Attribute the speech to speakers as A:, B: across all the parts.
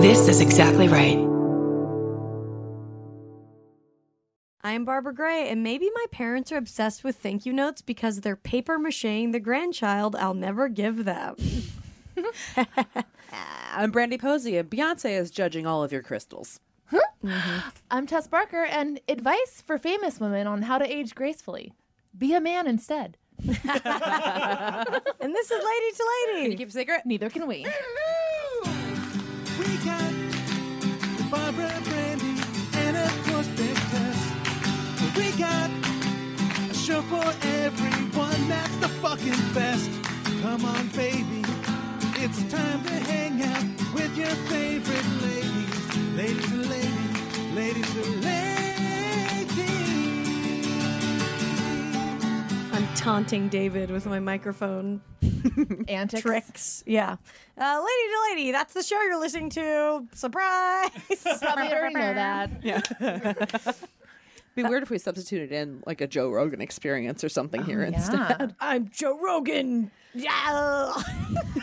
A: This is exactly right.
B: I'm Barbara Gray, and maybe my parents are obsessed with thank you notes because they're paper macheing the grandchild I'll never give them.
C: I'm Brandy Posey, and Beyonce is judging all of your crystals.
D: I'm Tess Barker, and advice for famous women on how to age gracefully be a man instead.
B: and this is Lady to Lady.
C: Keep a secret.
D: Neither can we.
E: We got Barbara Brandy and of course Big Tess. We got a show for everyone that's the fucking best. Come on, baby. It's time to hang out with your favorite ladies. Ladies and ladies, ladies and ladies.
B: I'm taunting David with my microphone
D: Antics.
B: tricks. Yeah. Uh, lady to Lady, that's the show you're listening to. Surprise.
D: Probably already know that.
C: It'd be weird if we substituted in like a Joe Rogan experience or something here instead.
D: Yeah.
B: I'm Joe Rogan. Yeah. I don't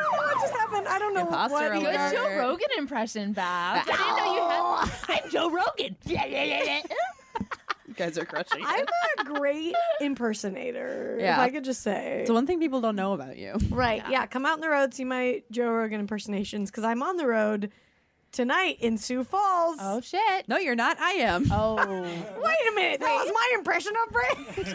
B: know what just happened. I don't know
C: Imposter
B: what.
C: alert.
B: we
D: Good
B: are-
D: Joe Rogan impression, Bob. I didn't know you had. I'm Joe Rogan. Yeah, yeah, yeah, yeah.
C: You guys are crushing.
B: I'm
C: it.
B: a great impersonator, if
C: Yeah.
B: I could just say.
C: It's one thing people don't know about you.
B: Right. Yeah. Come out on the road, see my Joe Rogan impersonations because I'm on the road tonight in Sioux Falls.
D: Oh shit.
C: No, you're not. I am.
D: Oh.
B: Wait a minute. That was my impression of Brandy.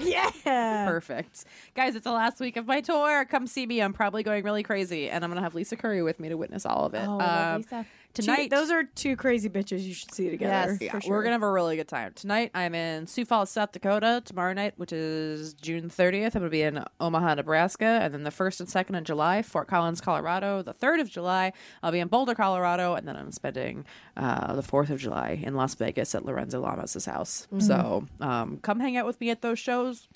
B: yeah.
C: Perfect. Guys, it's the last week of my tour. Come see me. I'm probably going really crazy, and I'm going to have Lisa Curry with me to witness all of it.
D: Oh, I
C: Uh,
D: love Lisa.
B: Two-
C: Tonight,
B: those are two crazy bitches you should see together.
D: Yes.
C: Yeah,
B: for sure.
C: we're gonna have a really good time tonight. I'm in Sioux Falls, South Dakota. Tomorrow night, which is June 30th, I'm gonna be in Omaha, Nebraska, and then the first and second of July, Fort Collins, Colorado. The third of July, I'll be in Boulder, Colorado, and then I'm spending uh, the fourth of July in Las Vegas at Lorenzo Lamas' house.
B: Mm-hmm.
C: So um, come hang out with me at those shows,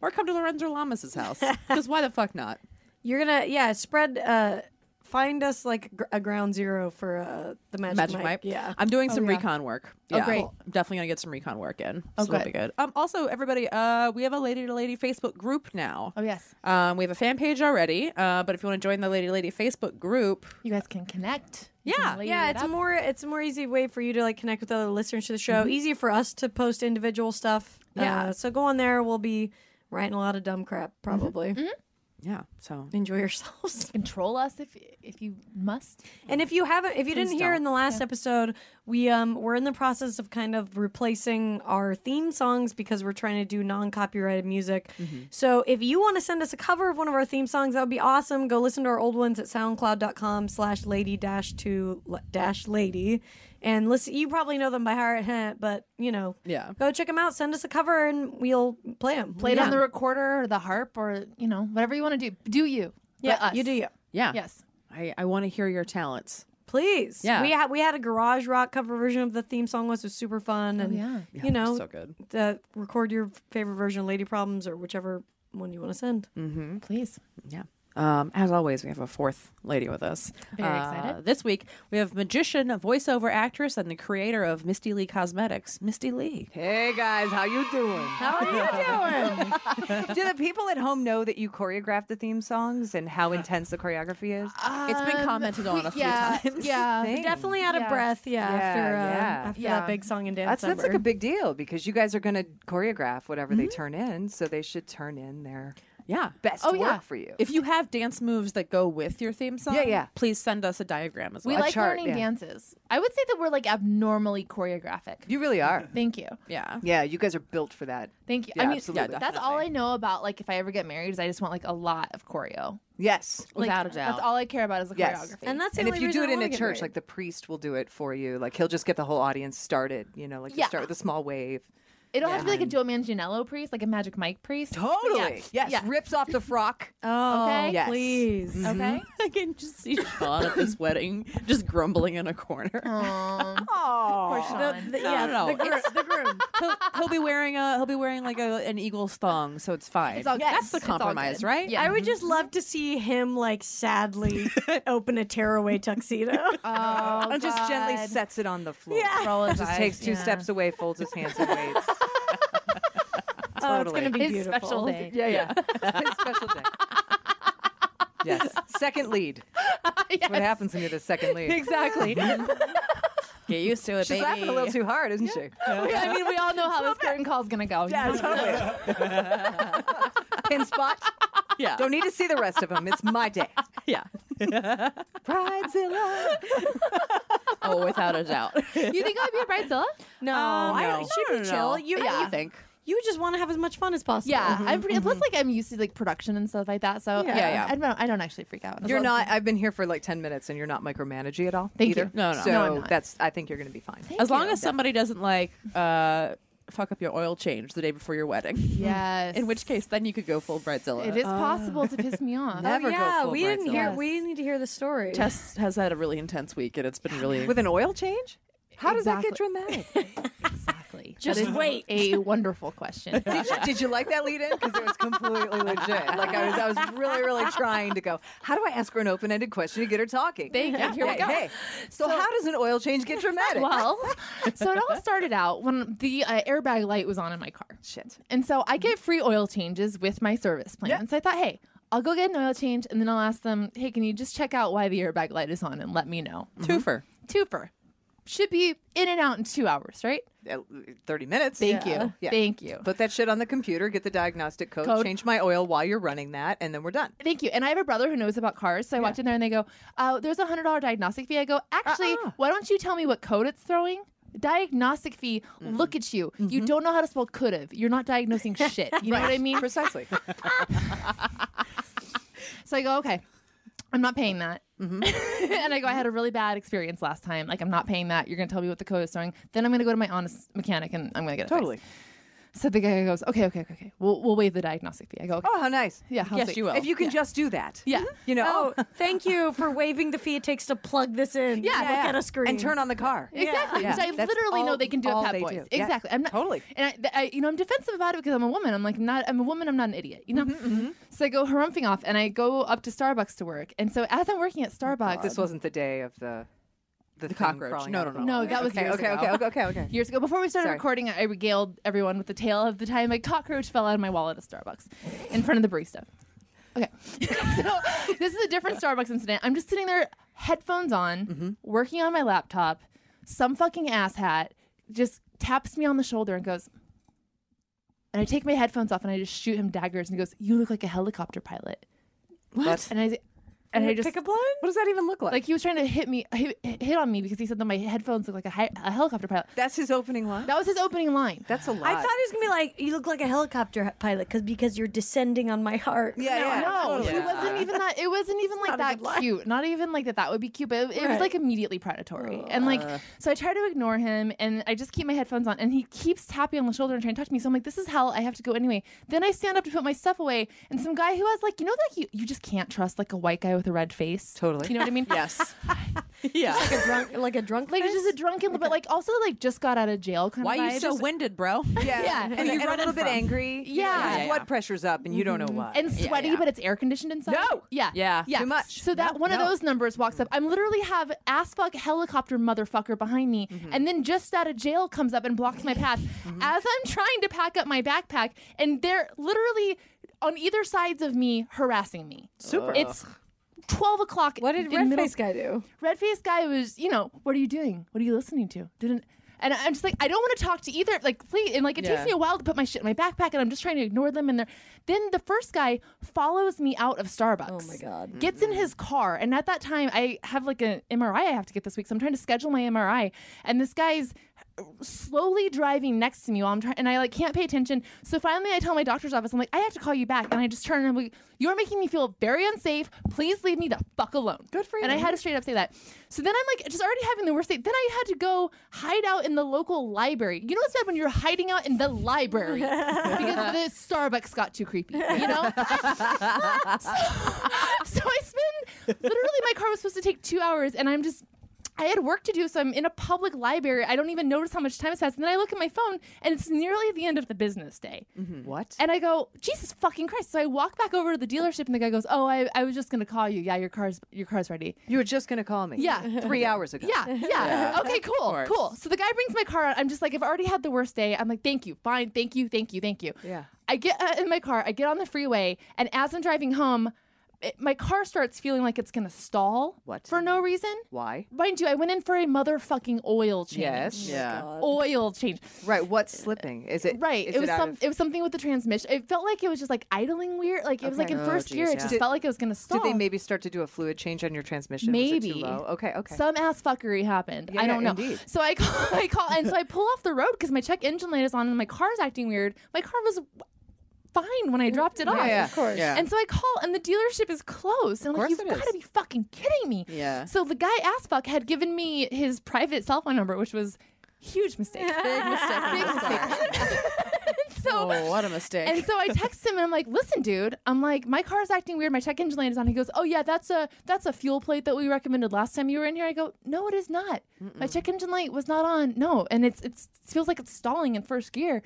C: or come to Lorenzo Lamas' house. Because why the fuck not?
B: You're gonna yeah spread uh find us like gr- a ground zero for uh the magic,
C: Magic
B: mic.
C: Mike.
B: Yeah.
C: I'm doing some
D: yeah.
C: recon work. Yeah.
D: great.
C: I'm definitely gonna get some recon work in. So oh, that'll
D: good.
C: be good. Um, also, everybody, uh, we have a Lady to Lady Facebook group now.
D: Oh yes.
C: Um, we have a fan page already. Uh, but if you want to join the Lady to Lady Facebook group,
D: You guys can connect. You
C: Yeah.
D: can lay
B: yeah,
D: it
B: it's
D: up. Mm-hmm.
B: a more it's a more easy way for you to like connect with other listeners to the show. Easier for us to post individual stuff.
C: Yeah.
B: Uh, so go on there. We'll be writing a lot of dumb crap
D: Mm-hmm.
B: probably.
C: yeah. So
B: Enjoy yourselves.
D: control us if if you must.
B: And if you haven't, if you didn't hear in the last episode, we um we're in the process of kind of replacing our theme songs because we're trying to do non-copyrighted music.
D: Mm-hmm.
B: So if you want to send us a cover of one of our theme songs, that would be awesome. Go listen to our old ones at soundcloud.com slash lady dash to dash lady. And listen, you probably know them by heart, heh, but you know,
C: Yeah.
B: Go check them out. Send us a cover, and we'll play them.
D: Play it on the recorder or the harp or you know whatever you want to do. Do you? But
B: yeah.
D: us.
B: You do you,
C: yeah.
D: Yes.
C: I, I want to hear your talents.
B: please.
C: Yeah.
B: we had we had a garage rock cover version of the theme song once. It was super fun, and
D: Oh, yeah.
B: you know,
C: so good.
B: the record your favorite version of Lady Problems or whichever one you want to send.
F: Mm.
D: Please.
C: Yeah. Um, as always, we have a fourth lady with us.
D: Very
C: Uh,
D: excited.
C: This week, we have magician, voiceover actress, and the creator of Misty Lee Cosmetics, Misty Lee.
F: Hey guys, how you doing?
B: How are you doing?
F: Do the people at home know that you choreograph the theme songs and how intense the choreography is?
D: Uh,
C: it's been commented on a few
D: Um, yeah.
C: times.
D: Yeah.
B: Definitely out of
D: Yeah.
B: breath, yeah,
F: Yeah,
B: after, uh,
F: yeah.
B: after
D: Yeah.
B: that big song and dance.
F: that's that's like
B: number.
F: a big deal because you guys are going to choreograph whatever they turn in, so they should turn in their
C: Yeah.
F: best
D: Oh,
F: work
D: yeah.
F: for you.
C: If you have dance moves that go with your theme song,
F: Yeah, yeah.
C: please send us a diagram as well.
D: We like
F: chart,
D: learning
F: yeah.
D: dances. I would say that we're like abnormally choreographic.
F: you really are.
D: Thank you.
C: yeah.
F: Yeah, you guys are built for that.
D: Thank you.
F: Yeah,
D: I mean,
F: absolutely.
C: Yeah,
D: that's all I know about. Like, if I ever get married, is I just want like a lot of choreo.
F: Yes.
D: Like,
C: Without a doubt.
D: that's all I care about is the
F: Yes.
D: choreography.
B: and that's the
F: And if
B: only
F: you do
B: reason
F: it
B: I
F: in
B: wanna
F: a
B: get
F: church,
B: married.
F: like the priest will do it for you. Like he'll just get the whole audience started. You know, like
D: Yeah.
F: you start with a small wave.
D: It'll have to be like a Joe Manganiello priest, like a Magic Mike priest.
F: Totally. Yes.
D: Yeah.
F: Rips off the frock.
B: oh,
D: Okay.
F: Yes. Mm-hmm.
B: please.
D: Okay.
C: I can just see Sean at this wedding, just grumbling in a corner.
D: Um,
B: The, the, yeah,
C: no, no.
B: the gro- the groom.
C: He'll, he'll be wearing a he'll be wearing like a, an eagle's thong, so it's fine.
D: It's all-
C: That's
D: yes,
C: the
D: it's all
C: compromise,
D: good.
C: right?
D: Yeah.
B: I would just love to see him like sadly open a tearaway tuxedo.
D: oh,
F: and just gently
D: God.
F: sets it on the floor.
B: Yeah.
D: Roll his
F: Just
D: eyes,
F: takes two
D: yeah.
F: steps away, folds his hands, and waits.
B: Oh, it's
F: Totally. Oh,
B: gonna be
D: His
B: beautiful.
D: special day.
F: Yeah, yeah. His special day. Yes. second lead. That's what happens when you're the second lead.
D: Exactly.
C: Get used to it,
F: She's laughing a little too hard, isn't she?
D: I mean, we all know how this curtain call's gonna go.
F: Yeah, totally. Pin spot.
C: yeah.
F: Don't need to see the rest of them. It's my day.
C: yeah.
F: Bridezilla.
C: Oh, without a doubt.
D: You think I'd be a bridezilla?
B: No,
F: Oh,
C: Um,
B: I
C: no.
B: it should
C: No,
B: be
C: no, no.
B: chill. You,
C: What do
B: you
C: you think?
B: you just want to have as much fun as possible.
D: Yeah,
F: Mm-hmm.
D: I'm pretty. Plus, like I'm used to like production and stuff like that. So
C: Yeah,
D: yeah,
C: yeah.
D: I don't. know. I don't actually freak out. As
F: You're
D: long-
F: not. I've been here for like ten minutes, and you're not micromanaging at all.
D: Thank
F: either.
D: you.
C: No, no.
F: So
D: No, I'm not.
F: that's. I think you're going to be fine.
C: As long
D: you.
C: as somebody doesn't like uh, fuck up your oil change the day before your wedding.
D: Yes.
C: In which case, then you could go full bridezilla.
D: it is possible to piss me off.
F: Never
B: Oh,
F: go
B: yeah,
F: full
B: we didn't
F: Bridezilla.
B: hear.
D: Yes.
B: We didn't need to hear the story.
C: Tess has had a really intense week, and it's been really
F: With an oil change? How does
D: Exactly.
F: that get dramatic?
D: Exactly.
B: Just
D: That is
B: wait.
D: A wonderful question.
F: did, you, did you like that lead in? Because it was completely legit. Like I was, I was really, really trying to go. How do I ask her an open-ended question to get her talking?
D: Thank you. Here
F: hey,
D: we go.
F: hey. So, how does an oil change get dramatic?
D: Well, so it all started out when the uh, airbag light was on in my car.
F: Shit.
D: And so I get free oil changes with my service plan. So I thought, hey, I'll go get an oil change and then I'll ask them, hey, can you just check out why the airbag light is on and let me know? Mm-hmm.
C: twofer.
D: Twofer. Should be in and out in two hours, right?
F: Uh, Thirty minutes.
D: Thank
F: Yeah.
D: you.
F: Yeah.
D: Thank you.
F: Put that shit on the computer. Get the diagnostic code,
D: Code.
F: Change my oil while you're running that, and then we're done.
D: Thank you. And I have a brother who knows about cars. So I walked in there and they go, uh, there's a $100 diagnostic fee. I go, actually, why don't you tell me what code it's throwing? Diagnostic fee, look at you. You don't know how to spell could have. You're not diagnosing shit. You know what I mean?
F: Precisely.
D: So I go, okay, I'm not paying that. and I go, I had a really bad experience last time. Like, I'm not paying that. You're going to tell me what the code is throwing. Then I'm going to go to my honest mechanic and I'm going to get it. fixed."
F: totally.
D: So the guy goes, okay, okay, okay, okay. We'll, we'll waive the diagnostic fee. I go, okay.
F: Oh, how nice.
D: yeah, how
C: Yes,
D: sweet.
C: you will.
F: If you Mm-hmm. can just do that.
D: Yeah.
F: You know.
B: Oh, thank you for waiving the fee it takes to plug this in. Yeah, look at a screen
F: and turn on the car.
D: Exactly.
F: Yeah.
D: Which I
F: That's
D: literally know
F: all-
D: they can do at
F: all
D: Pep
F: they
D: Boys.
F: do. Yeah.
D: Exactly. I'm not
F: Totally.
D: And I, th- I, you know, I'm defensive about it because I'm a woman. I'm like, not. I'm a woman. I'm not an idiot. You know.
F: Mm-hmm,
D: So I go harumphing off, and I go up to Starbucks to work. And so as I'm working at Starbucks,
F: This wasn't the day of the the, thing
C: cockroach.
F: crawling
C: No,
F: out of
C: no,
F: the
D: no.
F: wall.
D: No, that was
F: okay,
D: years
F: okay,
D: ago.
F: okay, okay, okay, okay.
D: years ago, before we started
F: Sorry.
D: recording, I regaled everyone with the tale of the time a cockroach fell out of my wallet at Starbucks in front of the barista. Okay. so this is a different Starbucks incident. I'm just sitting there, headphones on,
F: Mm-hmm.
D: working on my laptop. Some fucking asshat just taps me on the shoulder and goes, and I take my headphones off and I just shoot him daggers and he goes, You look like a helicopter pilot.
F: What?
D: And I and I just
B: pick a blind.
F: What does that even look like?
D: like he was trying to hit me hit, hit on me because he said that my headphones look like a, hi- a helicopter pilot.
F: That's his opening line.
D: That was his opening line.
F: That's a lot.
B: I thought he was gonna be like, "You look like a helicopter h- pilot," because because you're descending on my heart.
F: Yeah, yeah.
D: No,
F: totally.
D: it wasn't even that. It wasn't even like
B: Not a
D: that
B: good lie.
D: cute. Not even like that. That would be cute, but it, it
B: Right.
D: was like immediately predatory. And like, so I try to ignore him, and I just keep my headphones on, and he keeps tapping on the shoulder and trying to talk to me. So I'm like, this is hell. I have to go anyway. Then I stand up to put my stuff away, and some guy who has like, you know, that you you just can't trust like a white guy with a red face.
F: Totally.
D: You know what I mean?
C: Yes. yeah.
B: like a drunk, like a drunk.
D: Like
B: face?
D: just a drunken, but like also like just got out of jail kind
C: Why
D: of.
C: are you
D: vibe.
C: so
D: Just-
C: winded, bro?
F: yeah.
D: Yeah.
F: And,
D: Who you
F: and a
D: running
F: little bit
D: from?
F: angry. You know,
D: Yeah.
F: your
D: Yeah,
F: blood
C: yeah.
F: pressure's up and you don't know why.
D: and sweaty,
C: yeah.
D: but it's air conditioned inside.
F: No.
D: yeah,
C: Yeah.
D: yeah.
F: Too much.
D: So that
F: No,
D: one
F: no.
D: of those numbers walks up. I'm literally have ass fuck helicopter motherfucker behind me, and then just out of jail comes up and blocks my path as I'm trying to pack up my backpack, and they're literally on either sides of me harassing me.
F: Super.
D: It's. 12 o'clock.
B: What did
D: in
B: red
D: middle-
B: face guy do?
D: red faced guy was, you know, what are you doing? What are you listening to? Didn't and I'm just like, I don't want to talk to either. Like, please, and like, it
C: Yeah.
D: takes me a while to put my shit in my backpack, and I'm just trying to ignore them. And they're then the first guy follows me out of Starbucks.
B: Oh my God.
D: Gets in his car, and at that time, I have like an MRI I have to get this week, so I'm trying to schedule my MRI. And this guy's slowly driving next to me while I'm trying, and I like can't pay attention. So finally, I tell my doctor's office, I'm like, I have to call you back, and I just turn and I'm like, you're making me feel very unsafe. Please leave me the fuck alone. Good
F: for
D: And I
F: you.
D: had to straight up say that. So then I'm like, just already having the worst day. Then I had to go hide out in the local library. You know what's bad when you're hiding out in the library because the Starbucks got too creepy. You know. so I spend literally my car was supposed to take two hours, and I'm just. I had work to do, so I'm in a public library. I don't even notice how much time has passed. And then I look at my phone, and it's nearly the end of the business day.
F: what?
D: And I go, Jesus fucking Christ! So I walk back over to the dealership, and the guy goes, "Oh, I, I was just gonna call you. Yeah, your car's your car's ready.
F: You were just gonna call me.
D: Yeah.
F: Three hours ago.
D: Yeah, yeah. Okay, cool,
C: course.
D: cool. So the guy brings my car out. I'm just like, I've already had the worst day. I'm like, thank you, fine, thank you, thank you, thank you.
F: Yeah.
D: I get uh, in my car, I get on the freeway, and as I'm driving home, it, my car starts feeling like it's gonna stall
F: What?
D: for no reason.
F: Why?
D: Mind you, I went in for a motherfucking oil change.
F: Yes.
C: Yeah.
D: Oil change.
F: Right. What's slipping? Is it
D: Right.
F: is
D: It was
F: out
D: some
F: of-
D: it was something with the transmission. It felt like it was just like idling weird. Like it was
F: Okay.
D: like in
F: Oh,
D: first gear,
C: geez,
D: it just
F: yeah.
D: felt like it was gonna stall.
F: Did they maybe start to do a fluid change on your transmission? Was it too
D: Maybe.
F: low? Okay. Okay.
D: Some ass fuckery happened.
F: Yeah,
D: I don't
F: yeah,
D: know.
F: indeed.
D: So I call, I call, and so I pull off the road because my check engine light is on, and my car's acting weird. My car was fine when I dropped it off.
F: yeah, yeah, of course. Yeah.
D: And so I call, and the dealership is closed. And I'm like,
F: course
D: you've
F: it
D: got to
F: is.
D: be fucking kidding me.
C: Yeah.
D: So the guy ass fuck had given me his private cell phone number, which was huge mistake.
C: Big mistake.
D: Big mistake. so
C: Oh, what a mistake.
D: and so I text him and I'm like, "Listen, dude, I'm like, my car's acting weird. My check engine light is on." He goes, "Oh yeah, that's a that's a fuel plate that we recommended last time you were in here." I go, "No, it is not. My check engine light was not on. No, and it's it's it feels like it's stalling in first gear."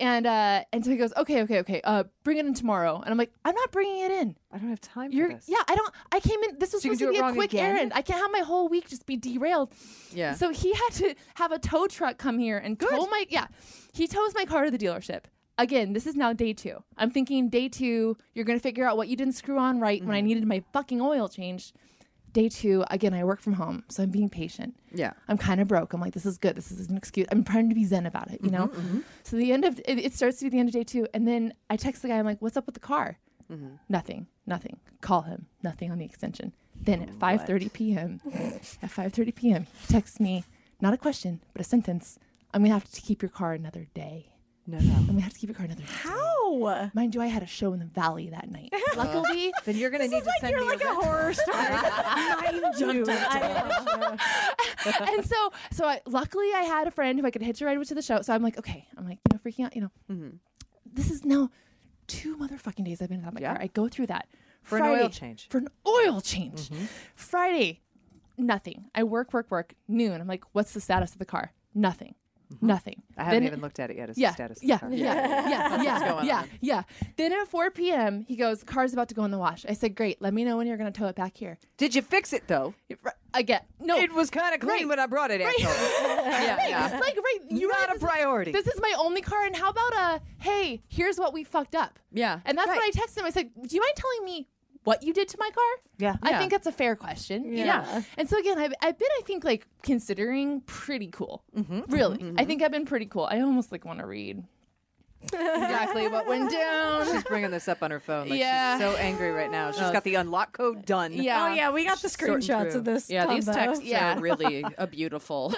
D: And uh and so he goes, "Okay, okay, okay. Uh, bring it in tomorrow." And I'm like, "I'm not bringing it in.
F: I don't have time
D: You're
F: for this.
D: yeah. I don't. I came in. This was
F: So you
D: supposed to
F: do it
D: be a
F: wrong
D: quick
F: again?
D: errand. I can't have my whole week just be derailed."
C: yeah.
D: So he had to have a tow truck come here and tow my yeah. He tows my car to the dealership. Again, this is now day two. I'm thinking day two, you're gonna figure out what you didn't screw on right when I needed my fucking oil changed. Day two, again, I work from home, so I'm being patient.
C: yeah.
D: I'm kind of broke. I'm like, this is good. This is an excuse. I'm trying to be zen about it, you
F: Mm-hmm,
D: know? So the end of it, it starts to be the end of day two. And then I text the guy, I'm like, what's up with the car?
F: Mm-hmm.
D: Nothing, nothing. Call him, nothing on the extension. Then at
F: Oh,
D: 5.30 p.m., at 5.30 p.m., he texts me, not a question, but a sentence. I'm going to have to keep your car another day.
F: No, no.
D: I'm going to have to keep your car another day.
B: How?
D: Mind you, I had a show in the valley that night. Luckily,
F: Then you're gonna need to send
B: You're
F: me
B: like
F: a
B: a horror story. Mind you. I-
D: and so so I, luckily I had a friend who I could hitch a ride with to the show. So I'm like, okay, I'm like, you know, freaking out, you know.
F: Mm-hmm.
D: This is now two motherfucking days I've been without my
F: Yeah.
D: car. I go through that
F: For an oil change. Mm-hmm.
D: For an oil change. Friday, nothing. I work, work, work. Noon. I'm like, what's the status of the car? Nothing. Nothing.
F: Mm-hmm. I haven't
D: Then-
F: even looked at it yet. As
D: yeah,
F: the status. of the
D: yeah,
F: car.
D: yeah, yeah, yeah, yeah, yeah. Then at 4 p.m., he goes, "Car's about to go in the wash." I said, "Great, let me know when you're going to tow it back here."
F: Did you fix it though?
D: Again, no,
F: It was kind of clean
D: Right.
F: when I brought it. in.
D: Right,
F: yeah.
D: Like, right. You
F: Not
D: realize
F: a priority.
D: This is my only car. And how about a, hey, here's what we fucked up.
C: Yeah.
D: And that's
F: Right.
D: what I texted him. I said, do you mind telling me what you did to my car?
F: Yeah.
D: I
C: Yeah.
D: think that's a fair question. you
B: Yeah.
D: know? And so again, I've, I've been, I think, like considering pretty cool. Really. I think I've been pretty cool. I almost like want to read exactly what went down.
F: She's bringing this up on her phone. Like
D: Yeah.
F: She's so angry right now. She's got the unlock code done.
D: Yeah.
B: Oh yeah, we got the
F: Sorting
B: screenshots
F: through.
B: of this.
C: Yeah, these
B: combo.
C: texts
D: Yeah.
C: are really a beautiful.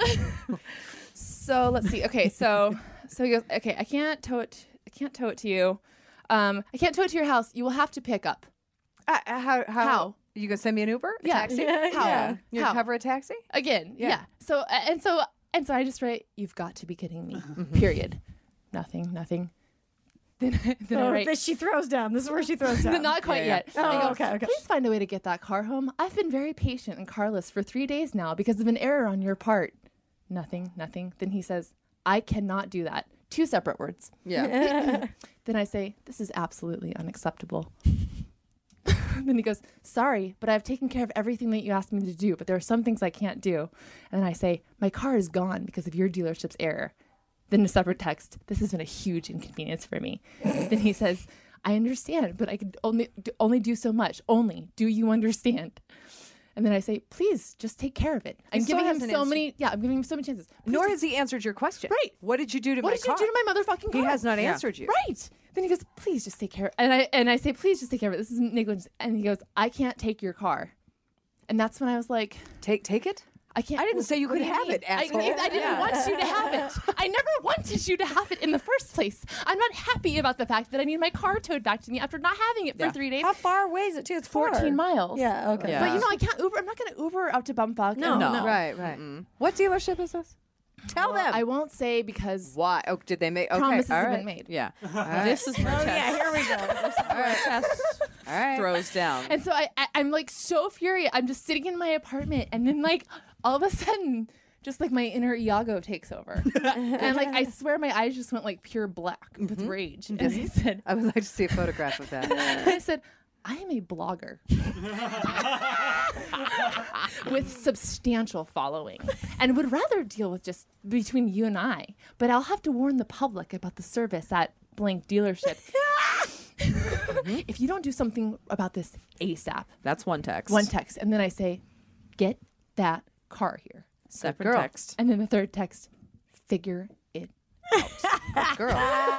D: So let's see. Okay, so so he goes. Okay, I can't tow it. I can't tow it to you. Um, I can't tow it to your house. You will have to pick up.
F: Uh, uh, how, how?
D: How?
F: You gonna send me an Uber? A
D: Yeah.
F: Taxi?
B: Yeah,
F: How?
D: yeah.
F: You
D: How?
F: gonna cover a taxi?
D: again yeah. so a- and so and so i just write you've got to be kidding me period nothing nothing then, I- then
B: Oh,
D: i write
B: this- she throws down. This is where she throws down.
D: not quite
C: Yeah,
D: yet
B: yeah.
D: I
B: Oh, okay, okay.
D: please find a way to get that car home i've been very patient and carless for three days now because of an error on your part nothing nothing then he says i cannot do that two separate words
C: Yeah.
D: then i say this is absolutely unacceptable then he goes sorry but i've taken care of everything that you asked me to do but there are some things i can't do and i say my car is gone because of your dealership's error then a separate text this has been a huge inconvenience for me then he says i understand but i could only do, only do so much only do you understand and then i say please just take care of it i'm
F: still
D: giving him so
F: hasn't
D: many yeah i'm giving him so many chances Please
F: Nor
D: just-
F: has he answered your question.
D: Right.
F: What did you do to
D: what
F: my
D: did you do to my motherfucking car
F: He has not answered you.
D: Right. Then he goes, please just take care. And I and I say, please just take care of it. This is negligence. And he goes, I can't take your car. And that's when I was like,
F: Take take it.
D: I can't.
F: I didn't say you
D: what
F: could
D: do
F: have
D: mean?
F: it, asshole.
D: I, I didn't
F: Yeah.
D: want you to have it. I never wanted you to have it in the first place. I'm not happy about the fact that I need my car towed back to me after not having it for
C: Yeah.
D: three days.
B: How far away is it? Too? It's far.
D: 14 miles.
B: Yeah. Okay.
C: Yeah.
D: But you know, I can't Uber. I'm not going to Uber out to Bumfuck.
B: No,
D: And-
B: no. Oh.
F: Right. Right. What dealership is this? Tell them.
D: I won't say because
F: Why? Oh, did they make? Okay.
D: promises
F: all
D: have
F: right.
D: been made.
C: Yeah.
F: right.
C: This is where
B: Oh
C: test
B: yeah. Here we go.
F: All right.
C: throws down.
D: And so I, I, I'm like so furious. I'm just sitting in my apartment, and then like all of a sudden, just like my inner Iago takes over, and like I swear my eyes just went like pure black with rage. And I said,
F: I would like to see a photograph of that.
D: I said, I am a blogger with substantial following, and would rather deal with just between you and I. But I'll have to warn the public about the service at blank dealership. if you don't do something about this ASAP,
C: That's one text.
D: one text, and then I say, get that car here.
C: separate
F: girl.
C: text.
D: And then the third text, figure it.
F: girl.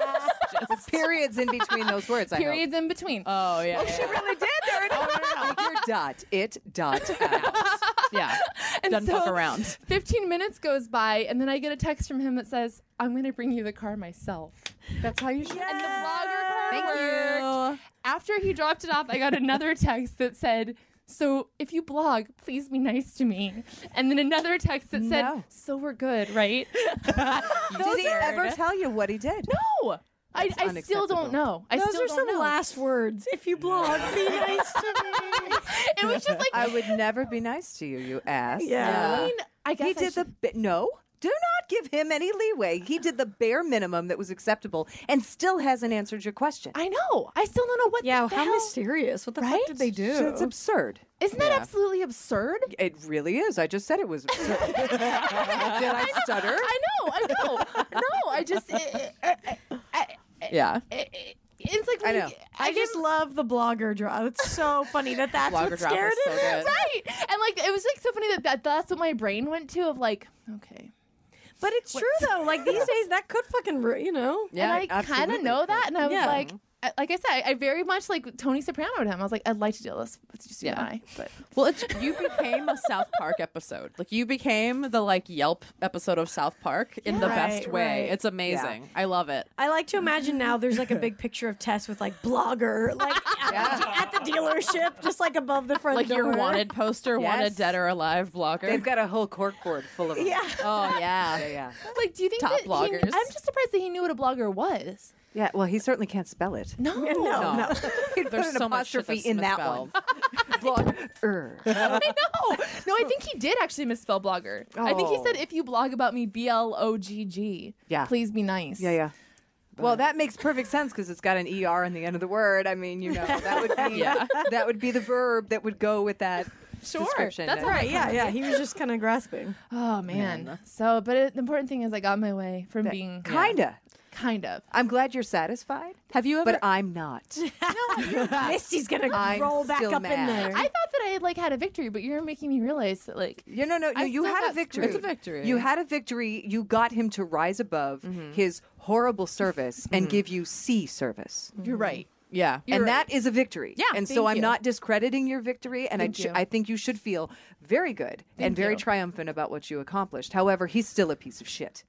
F: With periods in between those words. I hope.
D: Periods in between.
C: Oh yeah. Oh,
F: She really did. There it is. Figure dot it dot out.
C: yeah.
D: And
C: Doesn't
D: so-
C: fuck around.
D: 15 minutes goes by, and then I get a text from him that says, I'm going to bring you the car myself. That's how you should. And the blogger card worked. After he dropped it off, I got another text that said, so if you blog, please be nice to me. And then another text that said,
F: No.
D: so we're good, right?
F: Did he ever tell you what he did?
D: No. I, I still
F: unacceptable.
D: don't know. I
B: Those
D: still
B: are
D: don't
B: some
D: know.
B: last words. If you blog, be nice to me.
D: It was just like,
F: I would never be nice to you, you ass.
B: Yeah.
D: I mean, I guess
F: He
D: I
F: did the
D: should-
F: bi- no. Do not give him any leeway. He did the bare minimum that was acceptable, and still hasn't answered your question.
D: I know. I still don't know what.
B: Yeah,
D: the
B: how
D: hell-
B: mysterious. What the
D: Right?
B: fuck did they do?
F: So it's absurd.
D: Isn't that absolutely absurd?
F: It really is. I just said it was absurd. did I stutter?
D: I know. I know. no, I just. It, it, it-
F: Yeah.
D: it- it's like
F: I
D: when
F: know.
D: you-
B: I
D: give-
B: just love the blogger drop. It's so funny that that's
C: Blogger
B: what
C: drop
B: scared
C: is so
B: him.
C: good.
D: right, and like it was like so funny that, that that's what my brain went to of like okay,
B: But it's true though. Like these days, that could fucking ru- you know.
F: Yeah,
D: and I kind
F: absolutely.
D: of know that, and I was
B: Yeah.
D: like. I- Like I said, I- I very much like Tony Sopranoed him. I was like, I'd like to do this with just you and
C: Yeah.
D: I, but
C: Well, it's you became a South Park episode. Like you became the like Yelp episode of South Park in the
B: Right,
C: best way.
B: right.
C: It's amazing. I love it.
B: I like to imagine now there's like a big picture of Tess with like blogger, like at, the, at the dealership, just like above the front
C: Like
B: door.
C: your wanted poster, wanted
F: Yes.
C: dead or alive blogger.
F: They've got a whole corkboard full of them.
B: Yeah.
C: oh yeah.
F: Yeah, yeah.
D: like, do you think
C: Top
D: that he-
C: bloggers.
D: I'm just surprised that he knew what a blogger was.
F: Yeah, well, he certainly can't spell it.
D: No,
B: No, no.
C: No.
F: He'd
C: There's
F: put an
C: so much shit
F: apostrophe
C: that's
F: in that one. er, Blogger.
D: no, no. I think he did actually misspell blogger. I think he
F: Oh.
D: said if you blog about me, B L O G G.
F: Yeah.
D: Please be nice.
F: Yeah, yeah. Well, that makes perfect sense because it's got an er in the end of the word. I mean, you know, that would be
C: Yeah.
F: that would be the verb that would go with that
D: Sure.
F: description.
D: That's
F: I-
D: all right.
B: Right, yeah, yeah. He was just kind of grasping.
D: Oh man. So, but it, the important thing is I got my way from being
F: Kinda.
D: kind of.
F: I'm glad you're satisfied,
C: Have you ever?
F: but I'm not.
B: Misty's gonna
F: I'm
B: roll back
F: still
B: up in
F: mad.
B: there.
D: I thought that I had like had a victory, but you're making me realize that like
F: You no no no.
D: I
F: You
D: still
F: had a
D: got
F: victory.
D: screwed. It's a
C: victory.
F: You had a victory. You got him to rise above
D: Mm-hmm.
F: his horrible service and give you C service.
D: you're right.
C: yeah.
D: Mm-hmm. You're
F: and
D: right.
F: that is a victory.
C: Yeah,
F: And so
D: thank
F: I'm
D: you.
F: not discrediting your victory, and I,
D: Thank
F: ch-
D: you.
F: I think you should feel very good and very
D: you.
F: triumphant about what you accomplished. However, he's still a piece of shit.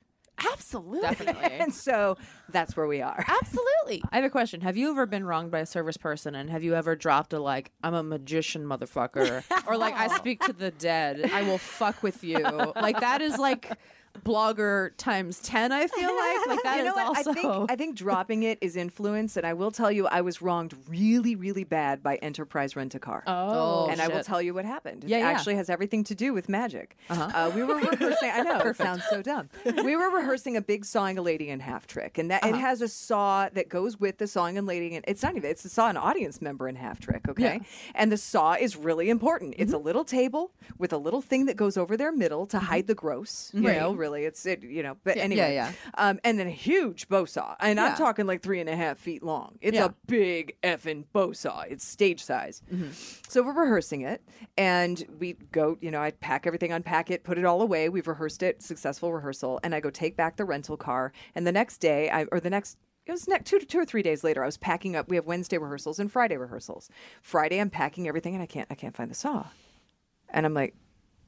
D: Absolutely.
C: Definitely.
F: And so that's where we are.
D: Absolutely.
C: I have a question. Have you ever been wronged by a service person? And have you ever dropped a like, I'm a magician, motherfucker? or like, I speak to the dead. I will fuck with you. Like, that is like blogger times 10, I feel like. Like, that is
F: you know what?
C: also.
F: I think I think dropping it is influence, and I will tell you, I was wronged really, really bad by Enterprise Rent a Car.
C: Oh,
F: and I will
C: shit.
F: tell you what happened. It
C: Yeah, Uh-huh. yeah.
F: actually has everything to do with magic. Uh, we were rehearsing. I know it sounds so dumb. We were rehearsing a big sawing a lady in half trick, and that
C: Uh-huh.
F: it has a saw that goes with the sawing and lady. And it's not even. It's a saw an audience member in half trick. Okay, and the saw is really important. It's
C: Mm-hmm.
F: a little table with a little thing that goes over their middle to hide the gross. You know, really, it's it. You know, but anyway,
C: yeah.
F: Um, and then a huge bow saw, and
C: Yeah.
F: I'm talking like three and a half feet long. It's
C: Yeah.
F: a big effing bow saw. It's stage size.
C: Mm-hmm.
F: So we're rehearsing it, and we go, you know, I pack everything, unpack it, put it all away. We've rehearsed it, successful rehearsal, and I go take back the rental car. And the next day, I or the next. It was next two, two or three days later. I was packing up. We have Wednesday rehearsals and Friday rehearsals. Friday, I'm packing everything, and I can't. I can't find the saw. And I'm like,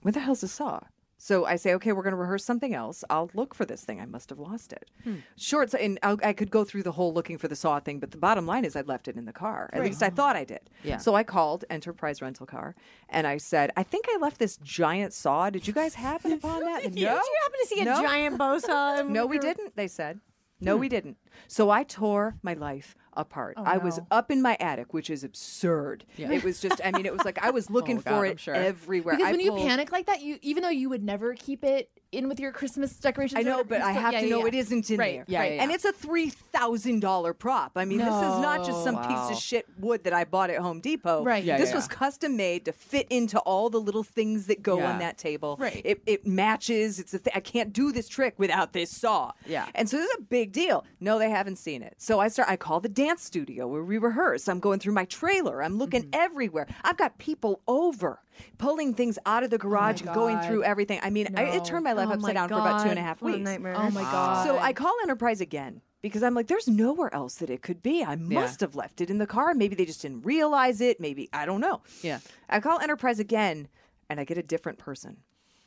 F: where the hell's the saw? So I say, okay, we're going to rehearse something else. I'll look for this thing. I must have lost it.
B: Hmm.
F: Sure, it's, and I'll, I could go through the whole looking for the saw thing, but the bottom line is I'd left it in the car. At least I thought I did.
C: Yeah.
F: So I called Enterprise Rental Car and I said, I think I left this giant saw. Did you guys happen upon that? no.
B: Did you happen to see a
F: No.
B: giant bow saw? Hmm.
F: No, we didn't, they said. No, we didn't. So I tore my life apart.
B: Oh,
F: I was up in my attic, which is absurd. It was just,
B: Oh,
F: I mean, it was like I was looking
C: God,
F: for
C: I'm
F: it
C: sure.
F: everywhere.
D: Because
F: I
D: when you
F: pulled-
D: panic like that, you even though you would never keep it in with your Christmas decorations.
F: I
D: or
F: know,
D: whatever,
F: but
D: you
F: I
D: still-
F: have
D: yeah,
F: to
D: yeah,
F: know
D: yeah.
F: it isn't in
D: Right,
F: there.
C: yeah,
D: right.
C: yeah,
F: And it's a three thousand dollar prop. I mean, this is not just some
C: No,
F: piece
C: wow.
F: of shit wood that I bought at Home Depot.
D: Right. Yeah,
F: this
C: yeah,
F: was
C: yeah.
F: custom made to fit into all the little things that go
C: Yeah.
F: on that table.
D: Right.
F: It, it matches. It's a th- I can't do this trick without this saw.
C: Yeah.
F: And so this is a big deal. No, they haven't seen it. So I start. I call the dance studio where we rehearse. I'm going through my trailer. I'm looking
D: Mm-hmm.
F: everywhere. I've got people over pulling things out of the
D: Oh
F: garage and going
C: God.
F: through everything. I mean, I, it
D: No.
F: turned my life
B: Oh
F: upside
B: my
F: down for about two and a
B: God,
F: half
B: what
F: weeks.
B: nightmare.
D: Oh my god.
F: So I call Enterprise again because I'm like, there's nowhere else that it could be. I must have left it in the car. Maybe they just didn't realize it. Maybe I don't know.
C: Yeah.
F: I call Enterprise again and I get a different person.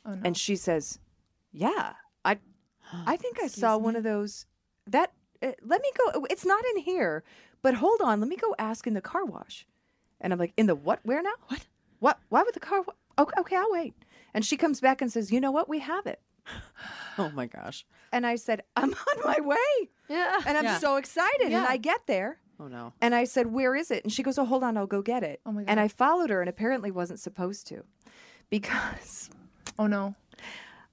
B: Oh,
F: And she says, Yeah, I I think I saw one of those that uh, let me go it's not in here, but hold on, let me go ask in the car wash. And I'm like, in the what? Where now? What? What? Why would the car? Wa- okay, okay, I'll wait. And she comes back and says, "You know what? We have it."
C: Oh my gosh.
F: And I said, I'm on my way.
B: Yeah.
F: And I'm
C: Yeah.
F: so excited. And
D: Yeah.
F: I get there
C: Oh no.
F: and I said, Where is it? And she goes, Oh, hold on, I'll go get it.
D: Oh my
F: And
D: God.
F: I followed her and apparently wasn't supposed to because
D: oh no.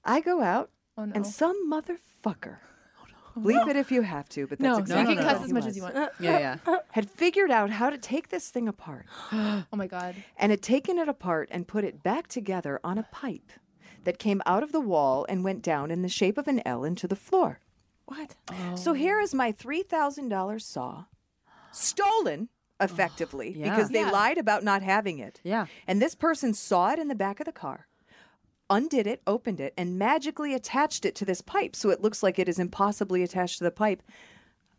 F: I go out
D: Oh no.
F: and some motherfucker. Leave it if you have to, but that's
D: no,
F: exactly
D: you can
C: no,
D: cuss
C: no.
D: as much as
F: he
D: you
F: was.
D: want.
C: Yeah, yeah.
F: Had figured out how to take this thing apart
D: Oh my god.
F: and had taken it apart and put it back together on a pipe that came out of the wall and went down in the shape of an L into the floor.
B: What?
F: So here is my $3,000 saw, stolen effectively
C: Yeah.
F: because they
D: Yeah.
F: lied about not having it.
C: Yeah.
F: And this person saw it in the back of the car, undid it, opened it, and magically attached it to this pipe. So it looks like it is impossibly attached to the pipe.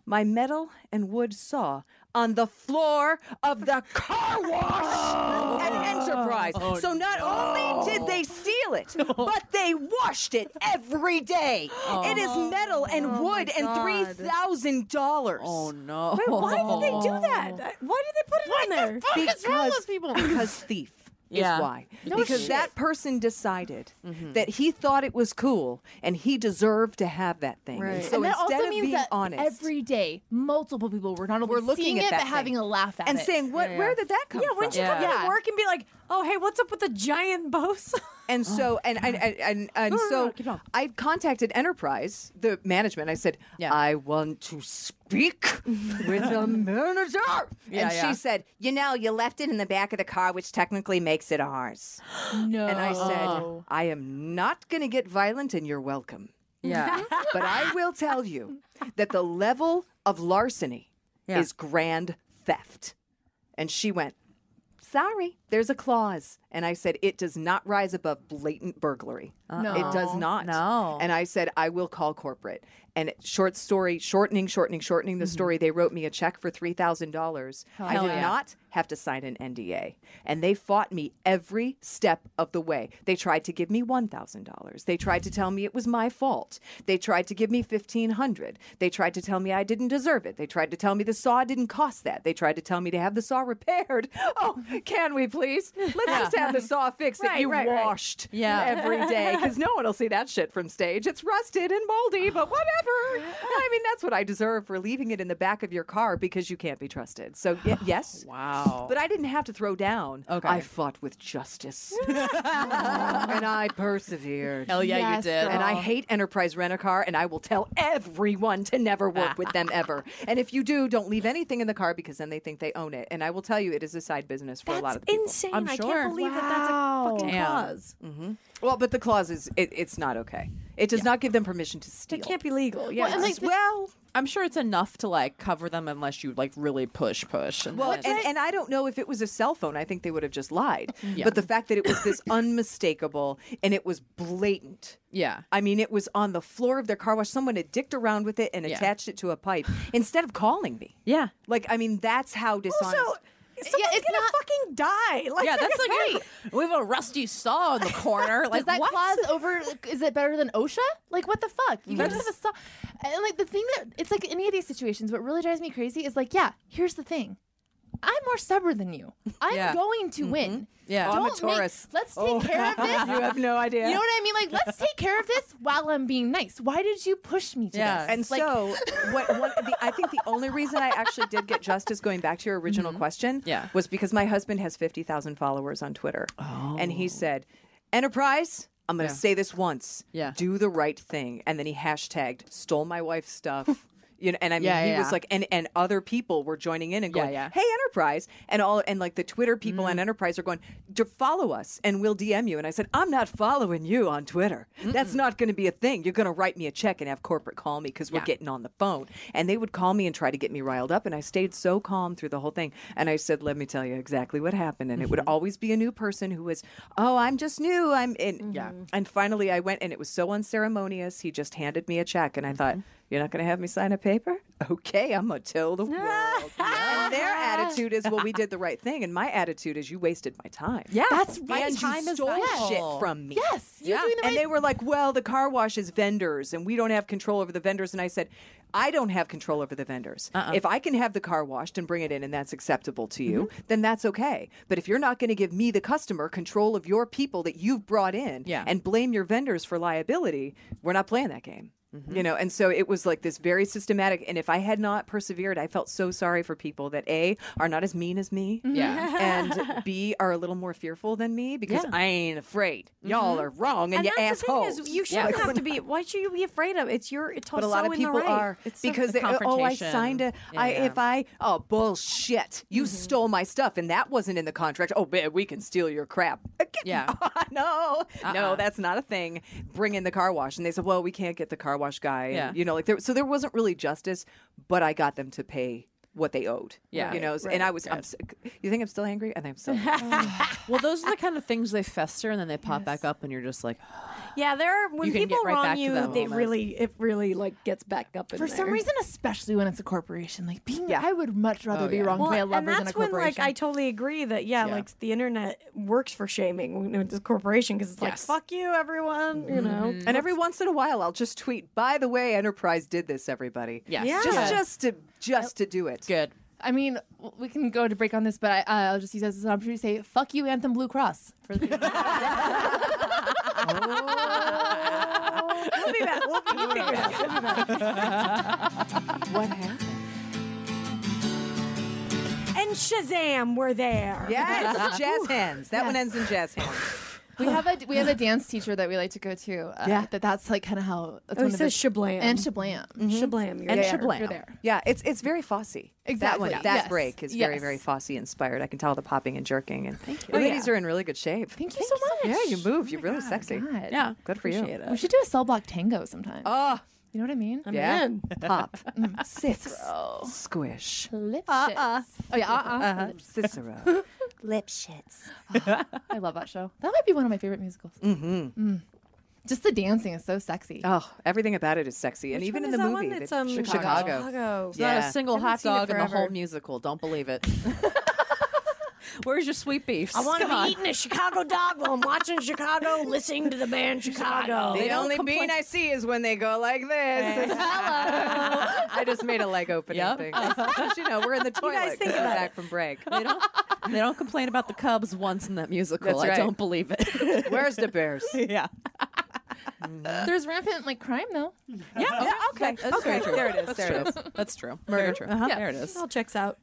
F: My metal and wood saw on the floor of the car wash at Enterprise.
C: Oh,
F: so not only did they steal it, but they washed it every day. It is metal and wood and
B: God.
F: $3,000.
C: Oh no.
B: Wait, why did they do that? Uh, Why did they put it on there?
C: Because
F: because
C: people.
F: because thief
C: Yeah.
F: is why because that person decided
B: Mm-hmm.
F: that he thought it was cool and he deserved to have that thing
B: Right.
F: and so
D: and that
F: instead
D: also
F: of
D: means
F: being
D: that
F: honest
D: every day, multiple people were not only
F: We're looking
D: seeing
F: at
D: it,
F: that
D: but having
F: thing.
D: a laugh at
F: and
D: it.
F: saying what where did that come
B: Yeah,
F: from
B: wouldn't you come
D: Yeah.
B: to work and be like, oh, hey, what's up with the giant boss?
F: and so and and and, and, and
B: no, no,
F: so
B: keep going.
F: I contacted Enterprise, the management. I said,
C: Yeah.
F: I want to speak with the manager. and
C: yeah.
F: she said, You know, you left it in the back of the car, which technically makes it ours.
D: no.
F: And I
C: Oh.
F: said, I am not going to get violent and you're welcome.
C: Yeah.
F: But I will tell you that the level of larceny
C: Yeah.
F: is grand theft. And she went, Sorry, there's a clause. And I said, It does not rise above blatant burglary.
D: No.
F: It does not.
C: No.
F: And I said, I will call corporate. And it- short story, shortening, shortening, shortening
C: Mm-hmm.
F: the story, they wrote me a check for $3,000. I did not have to sign an NDA. And they fought me every step of the way. They tried to give me $1,000. They tried to tell me it was my fault. They tried to give me 1500 They tried to tell me I didn't deserve it. They tried to tell me the saw didn't cost that. They tried to tell me to have the saw repaired. Oh, can we please? Let's just have the saw fixed that
D: Right,
F: you
D: right, right.
F: washed
C: Yeah.
F: every day because no one will see that shit from stage. It's rusted and moldy, but whatever. I mean, that's what I deserve for leaving it in the back of your car because you can't be trusted. So, y- yes.
C: Wow.
F: But I didn't have to throw down.
C: Okay.
F: I fought with justice. and I persevered.
C: Hell yeah,
D: Yes,
C: you did.
D: girl.
F: And I hate Enterprise Rent a Car, and I will tell everyone to never work with them ever. And if you do, don't leave anything in the car because then they think they own it. And I will tell you, it is a side business for a lot
B: That's
F: of people.
B: insane.
C: I'm
B: I
C: sure.
B: can't believe that that's a
D: Wow.
B: fucking
C: Damn.
B: cause.
F: Well, but the clause is it, it's not okay. It does not give them permission to steal.
B: It can't be legal. Yeah.
D: Well, and like the-
F: well,
C: I'm sure it's enough to like cover them unless you like really push, push. And
F: well,
C: then
F: and,
C: it's-
F: and I don't know if it was a cell phone. I think they would have just lied.
C: Yeah.
F: But the fact that it was this unmistakable and it was blatant.
C: yeah.
F: I mean, it was on the floor of their car wash. Someone had dicked around with it and
C: Yeah.
F: attached it to a pipe instead of calling me.
C: Yeah.
F: Like, I mean, that's how dishonest.
B: also, someone's
D: it's
B: gonna
D: not-
B: fucking die. Like,
C: Yeah, that's like
B: right.
C: we have a rusty saw in the corner.
D: Does
C: Like
D: that
C: what?
D: clause over? Is it better than OSHA? Like what the fuck? You can just have a stop. And like the thing that it's like any of these situations. What really drives me crazy is like, yeah, here's the thing. I'm more stubborn than you. I'm
C: Yeah.
D: going to
F: Mm-hmm.
D: win.
C: Yeah.
D: Don't
C: Oh, I'm a
D: make-
F: Taurus. Oh,
D: let's take care of this.
F: you have no idea.
D: You know what I mean? Like, let's take care of this while I'm being nice. Why did you push me to
C: Yeah.
D: this?
F: And
D: like,
F: so, what, what the, I think the only reason I actually did get justice, going back to your original question,
C: Mm-hmm. Yeah. Oh.
F: was because my husband has 50,000 followers on Twitter. And he said, Enterprise, I'm going to say this once.
C: Yeah.
F: Do the right thing. And then he hashtagged stole my wife's stuff. You know, and I mean,
C: Yeah,
F: he
C: yeah,
F: was
C: yeah.
F: like, and and other people were joining in and
C: Yeah,
F: going,
C: yeah. Mm-hmm.
F: "Hey, Enterprise!" and all, and like the Twitter people on Enterprise are going, "D- "Follow us, and we'll DM you." And I said, "I'm not following you on Twitter. That's not going to be a thing. You're going to write me a check and have corporate call me because we're getting on the phone." And they would call me and try to get me riled up, and I stayed so calm through the whole thing. And I said, "Let me tell you exactly what happened." And it
C: Mm-hmm.
F: would always be a new person who was, "Oh, I'm just new. I'm
C: Mm-hmm.
F: in." Yeah. And finally, I went, and it was so unceremonious. He just handed me a check, and I thought.
C: Mm-hmm.
F: You're not going to have me sign a paper? Okay, I'm going to tell the world. and their attitude is, well, we did the right thing. And my attitude is, you wasted my time. Yeah.
C: That's
F: My and
C: time
F: you
C: is
F: stole
C: valuable.
F: shit from me.
D: Yes, you're doing the
F: and
D: right
F: they were like, well, the car wash is vendors and we don't have control over the vendors. And I said, I don't have control over the vendors.
C: Uh-uh.
F: If I can have the car washed and bring it in and that's acceptable to you,
C: Mm-hmm.
F: then that's okay. But if you're not going to give me, the customer, control of your people that you've brought in
C: Yeah.
F: and blame your vendors for liability, we're not playing that game.
C: Mm-hmm.
F: You know, and so it was like this very systematic. And if I had not persevered, I felt so sorry for people that A, are not as mean as me
C: Yeah.
F: and B are a little more fearful than me because I ain't afraid. Y'all
C: Mm-hmm.
F: are wrong, and,
B: And
F: you
B: that's
F: assholes.
B: the thing is, you shouldn't have to be. Why should you be afraid of? It's your. It's
F: But
B: also
F: a lot of
B: in
F: people
B: the right.
F: are
C: It's sort of
F: because
C: the
F: they, oh, I
C: confrontation.
F: signed a.
C: Yeah,
F: I-
C: yeah.
F: if I oh bullshit, you
B: Mm-hmm.
F: stole my stuff and that wasn't in the contract. Oh, man, we can steal your crap. Get-
C: Yeah.
F: no,
C: Uh-uh.
F: no, that's not a thing. Bring in the car wash, and they said, well, we can't get the car wash guy. and,
C: Yeah.
F: you know, like there. So there wasn't really justice, but I got them to pay what they owed.
C: Yeah.
F: you know, and I was. I'm, s- you think I'm still angry? I think I'm still. Angry.
C: well, those are the kind of things they fester and then they pop back up, and you're just like,
B: Yeah, there. Are, when
C: You can
B: people
C: get right back
B: wrong
C: to
B: you,
C: that
B: they
C: moment.
B: really, it really like gets back up. In
D: For some
B: there.
D: reason, especially when it's a corporation, like being,
F: Yeah.
D: I would much rather be
C: yeah.
D: wronged by a lover
B: and
D: than a
B: that's when like
D: corporation.
B: I totally agree that yeah,
C: Yeah.
B: like the internet works for shaming you know, this corporation because it's like
C: Yes.
B: fuck you everyone, you know.
F: And every once in a while, I'll just tweet. By the way, Enterprise did this. Everybody,
C: Yes.
B: Yeah.
F: just just to just to do it.
C: good.
D: I mean, w- we can go to break on this, but I, uh, I'll just use this as an opportunity to say, "Fuck you, Anthem Blue Cross." For the-
B: we'll be back. We'll be, we'll be back. We'll be back.
F: What happened?
B: And Shazam, we're there.
F: Yes, jazz hands. That one ends in jazz hands.
D: we have a we have a dance teacher that we like to go to. Uh,
F: Yeah.
D: that that's like kind of how. That's
B: Oh,
D: one
B: he
D: of
B: says
D: his-
B: Shablam.
D: and Shablam. Mm-hmm.
B: Mm-hmm. Shablam. You're
F: And
B: there.
F: Shablam.
D: you're there.
F: Yeah, it's it's very Fosse.
D: Exactly,
F: That one, that
D: yes,
F: break is very
D: yes.
F: very Fosse inspired. I can tell the popping and jerking. And Thank
D: you.
F: ladies
D: Yeah.
F: are in really good shape.
D: Thank you so much.
F: Yeah, you move. You're really sexy.
D: God.
C: Yeah,
F: Good for you.
C: appreciate
D: We
C: It.
D: should do a cell block tango sometime.
F: Oh,
D: you know what I mean?
B: I'm
F: Yeah.
B: in.
F: pop,
D: Six.
F: squish,
D: Lip uh-uh. Oh yeah, uh-uh.
F: uh, Cicero.
D: I love that show. That might be one of my favorite musicals. Mm-hmm. Just the dancing is so sexy.
F: Oh, everything about it is sexy, and
B: Which
F: even
B: one
F: in
B: is
F: the
B: that
F: movie,
B: one?
F: the
B: It's, um,
F: Chicago.
B: Chicago.
F: Yeah.
C: Not a single
B: Haven't
C: hot
B: seen it
C: dog in the whole
B: forever.
C: musical. Don't believe it. Where's your sweet beefs?
B: I want to
C: Come
B: be
C: on.
B: eating a Chicago dog while I'm watching Chicago, listening to the band Chicago.
F: The
C: They don't
F: only
C: complain-
F: bean I see is when they go like this. I just made a leg opening
C: Yep.
F: thing. Just, you know, we're in the toilet.
B: guys think
F: 'cause we're
B: about
F: back from break.
C: They don't, they don't complain about the Cubs once in that musical.
F: That's
C: I
F: right.
C: don't believe it.
F: Where's the bears?
C: yeah.
D: There's rampant like crime though.
C: Yeah. Okay. That's
F: okay,
C: very true.
F: there it is,
C: That's
F: there
C: true.
F: it
C: That's true. Very true. Uh-huh, There it is.
B: All checks out.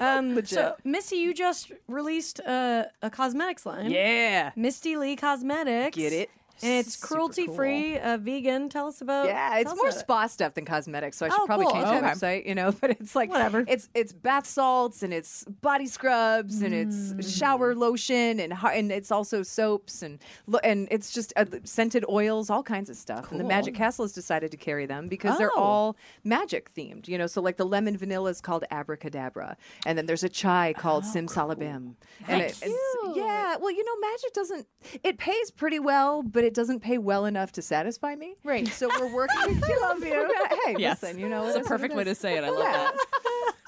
B: um, so, Missy, you just released uh, a cosmetics line.
F: Yeah.
B: Misty Lee Cosmetics.
F: Get it?
B: And it's
C: Super
B: cruelty free, uh, vegan. Tell us about.
F: Yeah, it's
B: tell us
F: more
B: about it.
F: spa stuff than cosmetics, so I should
B: Oh,
F: probably
B: cool.
F: change
B: Okay.
F: the website, you know. But it's like
B: Whatever.
F: It's it's bath salts and it's body scrubs and it's
C: Mm.
F: shower lotion and ho- and it's also soaps and lo- and it's just uh, scented oils, all kinds of stuff. And the Magic Castle has decided to carry them because they're
C: Oh.
F: all magic themed, you know. So like the lemon vanilla is called Abracadabra, and then there's a chai called
C: Oh,
F: Simsalabim. And it, it's, yeah, well, you know, magic doesn't it pays pretty well, but it doesn't pay well enough to satisfy me.
D: Right.
F: So we're working with Columbia. Hey,
C: Yes.
F: listen, you know,
C: It's
F: it
C: a
F: is what
C: perfect
F: it
C: way
F: is.
C: to say it. I love
F: Yeah.
C: that.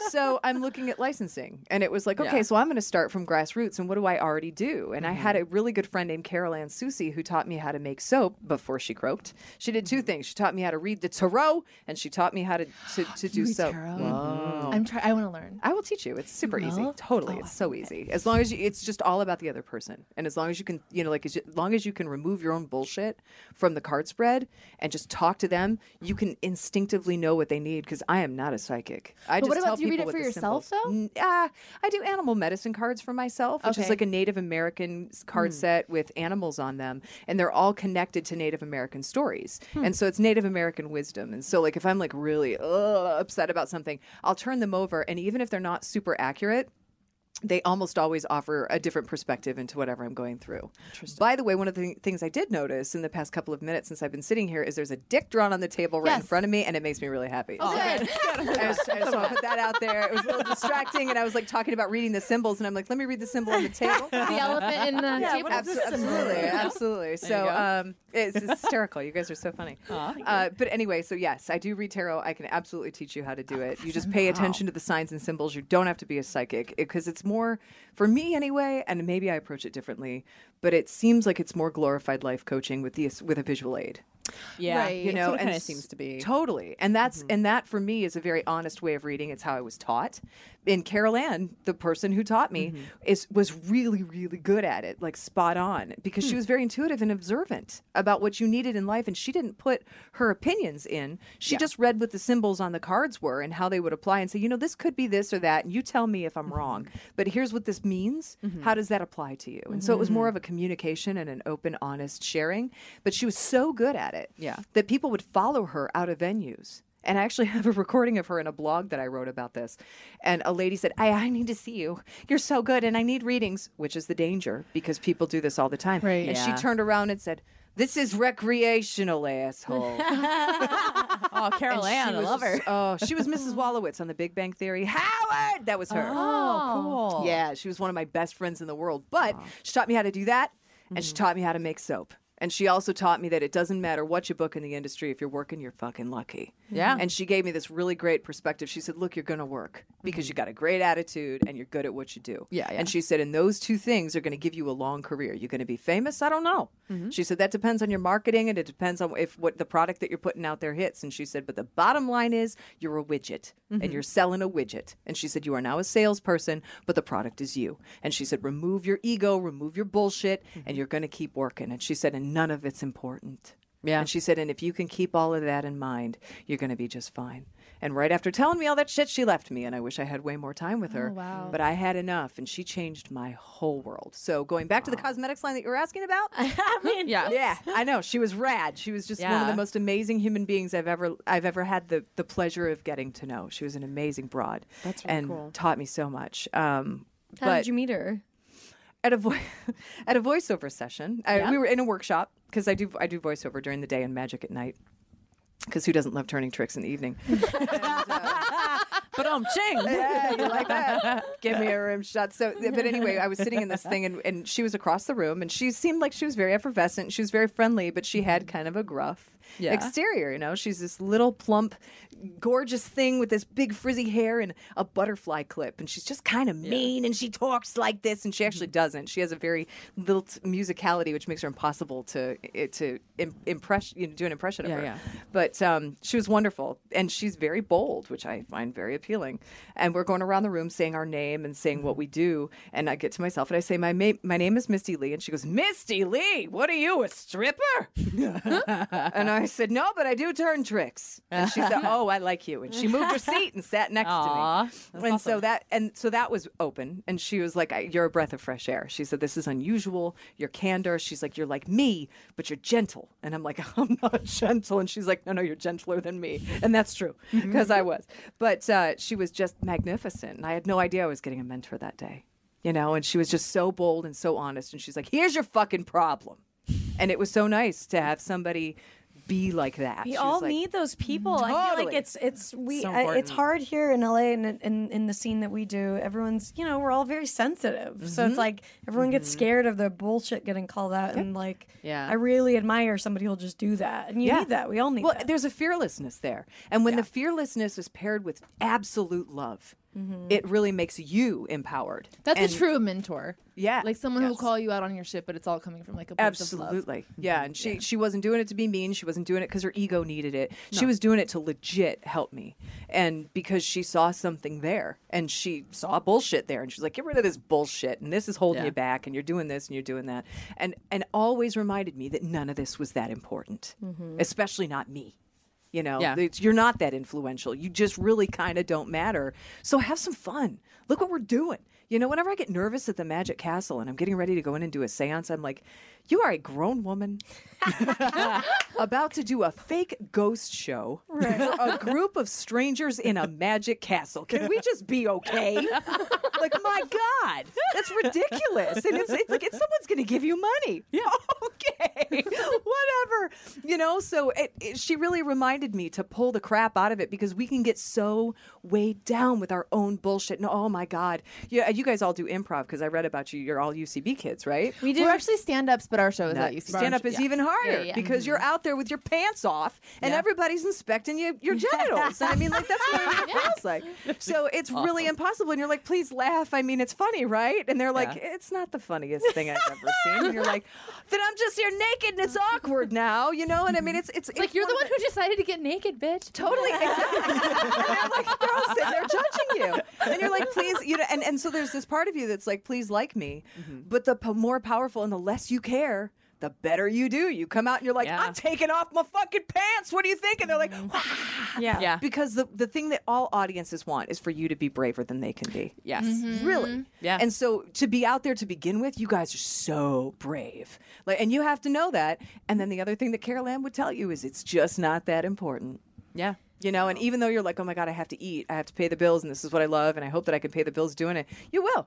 F: so I'm looking at licensing, and it was like, okay,
C: Yeah.
F: so I'm going to start from grassroots, and what do I already do? And I had
D: Mm-hmm.
F: a really good friend named Carol Ann Susie who taught me how to make soap before she croaked. She did
D: Mm-hmm.
F: two things: she taught me how to read the tarot, and she taught me how to to, to do soap. Oh.
D: Mm-hmm. I'm try I want to learn.
F: I will teach you. It's super easy.
D: will?
F: Totally,
D: Oh,
F: it's so easy. As long as you, it's just all about the other person, and as long as you can, you know, like as, you- as long as you can remove your own bullshit from the card spread and just talk to them, you can instinctively know what they need. Because I am not a psychic. I
D: But
F: just
D: what
F: tell
D: about do you
F: people
D: read it
F: with
D: for
F: the
D: yourself,
F: symbols.
D: though?
F: N- Ah, I do animal medicine cards for myself, which
D: Okay.
F: is like a Native American s- card set with animals on them, and they're all connected to Native American stories, and so it's Native American wisdom. And so, like, if I'm like really uh, upset about something, I'll turn them over, and even if they're not super accurate, they almost always offer a different perspective into whatever I'm going through. By the way, one of the things I did notice in the past couple of minutes since I've been sitting here is there's a dick drawn on the table right in
D: Yes.
F: front of me, and it makes me really happy.
D: Oh, good.
F: I just, I just want to put that out there. It was a little distracting, and I was like talking about reading the symbols, and I'm like, let me read the symbol on the table.
D: the elephant in the table.
B: what is
F: Abso-
B: this symbol?
F: absolutely, absolutely. So
C: go.
F: um, it's, it's hysterical. You guys are so funny. Uh, but anyway, so yes, I do read tarot. I can absolutely teach you how to do it. You just pay attention to the signs and symbols. You don't have to be a psychic because it's more for me anyway, and maybe I approach it differently. But it seems like it's more glorified life coaching with the with a visual aid
C: Yeah,
D: Right.
F: you
D: It's
F: know
C: what it
F: and
C: kinda
F: s-
C: seems to be. Mm-hmm.
F: totally and that's and that for me is a very honest way of reading it's how i was taught and carol ann the person who taught me
C: Mm-hmm.
F: is was really really good at it like spot on because
C: Hmm.
F: she was very intuitive and observant about what you needed in life and she didn't put her opinions in she just read what the symbols on the cards were and how they would apply and say you know this could be this or that and you tell me if i'm
C: Mm-hmm.
F: wrong but here's what this means how does that apply to you and so it was
C: Mm-hmm.
F: more of a communication and an open honest sharing but she was so good at it
C: Yeah.
F: that people would follow her out of venues. And I actually have a recording of her in a blog that I wrote about this. And a lady said, I, I need to see you. You're so good. And I need readings, which is the danger because people do this all the time.
D: Right.
F: And
C: Yeah.
F: she turned around and said, This is recreational, asshole.
C: Oh, Carol
F: And she
C: Ann, I
F: was
C: love her.
F: just- Oh, she was Mrs. Wallowitz on The Big Bang Theory. Howard! That was her.
C: Oh, cool.
F: Yeah, she was one of my best friends in the world. But she taught me how to do that, and
C: Mm-hmm.
F: she taught me how to make soap. And she also taught me that it doesn't matter what you book in the industry, if you're working, you're fucking lucky.
C: Yeah.
F: And she gave me this really great perspective. She said, Look, you're going to work because you got a great attitude and you're good at what you do.
C: Mm-hmm. Yeah, yeah.
F: And she said, And those two things are going to give you a long career. You're going to be famous? I don't know. She said, That depends on your marketing and it depends on if what the product that you're putting out there hits. And she said, But the bottom line is you're a widget and you're selling a widget. And she said, You are now a salesperson, but the product is you. And she said, Remove your ego, remove your bullshit, and you're going to keep working. And she said, And none of it's important.
C: Yeah.
F: And she said, and if you can keep all of that in mind, you're going to be just fine. And right after telling me all that shit, she left me. And I wish I had way more time with her.
D: wow.
F: But I had enough, and she changed my whole world. So going back to the cosmetics line that you were asking about.
B: I mean,
C: Yeah.
F: Yeah, I know. She was rad. She was just one of
C: Yeah.
F: the most amazing human beings I've ever I've ever had the, the pleasure of getting to know. She was an amazing broad. That's
C: really
F: and
C: cool.
F: taught me so much. Um,
B: How
F: but
B: did you meet her?
F: at a vo- at a voiceover session. I,
C: Yeah.
F: We were in a workshop because I do I do voiceover during the day and magic at night. Because who doesn't love turning tricks in the evening?
C: But um, ching.
F: yeah, you like that? Give me a rim shot. So, th- but anyway, I was sitting in this thing, and, and she was across the room, and she seemed like she was very effervescent. She was very friendly, but she had kind of a gruff
C: Yeah.
F: exterior. You know, she's this little plump, gorgeous thing with this big frizzy hair and a butterfly clip, and she's just kind of mean, and she talks like this, and she actually doesn't. She has a very lilt musicality, which makes her impossible to eh, to im- impress you know, do an impression of
C: Yeah,
F: her.
C: yeah.
F: But um, she was wonderful, and she's very bold, which I find very appealing. And we're going around the room saying our name and saying what we do. And I get to myself and I say, "My ma- my name is Misty Lee," and she goes, "Misty Lee, what are you, a stripper?" and I said, "No, but I do turn tricks." And she said, "Oh, I like you," and she moved her seat and sat next
C: Aw,
F: to me. And so that and so that was open, and she was like, I, "You're a breath of fresh air." She said, "This is unusual. Your candor." She's like, "You're like me, but you're gentle," and I'm like, "I'm not gentle," and she's like, "No, no, you're gentler than me," and that's true
B: Mm-hmm.
F: because I was. But uh, she was just magnificent, and I had no idea I was getting a mentor that day. You know, and she was just so bold and so honest. And she's like, here's your fucking problem. And it was so nice to have somebody be like that.
B: We
F: She was
B: all
F: like-
B: need those people. I feel like
F: Totally.
B: it's it's we
C: So
B: I, it's
C: important.
B: hard here in LA and in, in the scene that we do. Everyone's you know we're all very sensitive, so it's like everyone gets scared of the bullshit getting called out, and like
C: Yeah.
B: I really admire somebody who'll just do that, and you
F: Yeah.
B: need that. We all need
F: Well,
B: that.
F: there's a fearlessness there. And when the fearlessness is paired with absolute love, it really makes you empowered.
D: Mm-hmm. That's
F: And-
D: a true mentor.
F: Yeah,
D: Like someone who'll
F: yes.
D: call you out on your shit, but it's all coming from like a place of love. Mm-hmm.
F: Absolutely. Yeah. And she, she wasn't doing it to be mean. She wasn't doing it because her ego needed it. She was doing it to legit help me. And because she saw something there and she saw bullshit there and she's like, get rid of this bullshit and this is holding
C: Yeah.
F: you back and you're doing this and you're doing that.
D: Mm-hmm.
F: And, and always reminded me that none of this was that important, especially not me. You know,
C: Yeah.
F: It's- you're not that influential. You just really kind of don't matter. So have some fun. Look what we're doing. You know, whenever I get nervous at the Magic Castle and I'm getting ready to go in and do a seance, I'm like, you are a grown woman about to do a fake ghost show for a group of strangers in a magic castle. Can we just be okay? like, my God, that's ridiculous. And it's, it's like, it's, someone's going to give you money. Yeah. Okay. Whatever. You know, so it, it, she really reminded me to pull the crap out of it because we can get so weighed down with our own bullshit. And oh, my God. Yeah, you guys all do improv because I read about you. You're all UCB kids, right?
B: We do.
D: We're actually stand ups, but our show is at UCB.
F: Stand up is
D: Yeah.
F: even harder
D: yeah. Mm-hmm.
F: because you're out there with your pants off and everybody's inspecting you, your genitals. I mean, like that's what it feels like. So it's really impossible. And you're like, please laugh. I mean, it's funny, right? And they're like, it's not the funniest thing I've ever seen. And you're like, then I'm just here naked and it's awkward now, you know? And I mean, it's it's,
D: Mm-hmm. It's like you're the one who decided to get naked, bitch.
F: Totally, exactly. and they're like, they're all sitting there judging you, and you're like, please, you know. And, and so there's this part of you that's like, please like me,
C: Mm-hmm.
F: but the p- more powerful and the less you care. The better you do. You come out and you're like,
C: Yeah. Mm-hmm.
F: I'm taking off my fucking pants. What do you think? And they're like, "Wow."
B: yeah.
C: Yeah.
F: because the, the thing that all audiences want is for you to be braver than they can be.
C: Yes.
F: Really?
C: Mm-hmm. Yeah.
F: And so to be out there to begin with, you guys are so brave. Like, and you have to know that. And then the other thing that Carol Ann would tell you is it's just not that important.
C: Yeah.
F: You know, and even though you're like, oh my God, I have to eat, I have to pay the bills, and this is what I love, and I hope that I can pay the bills doing it, you will.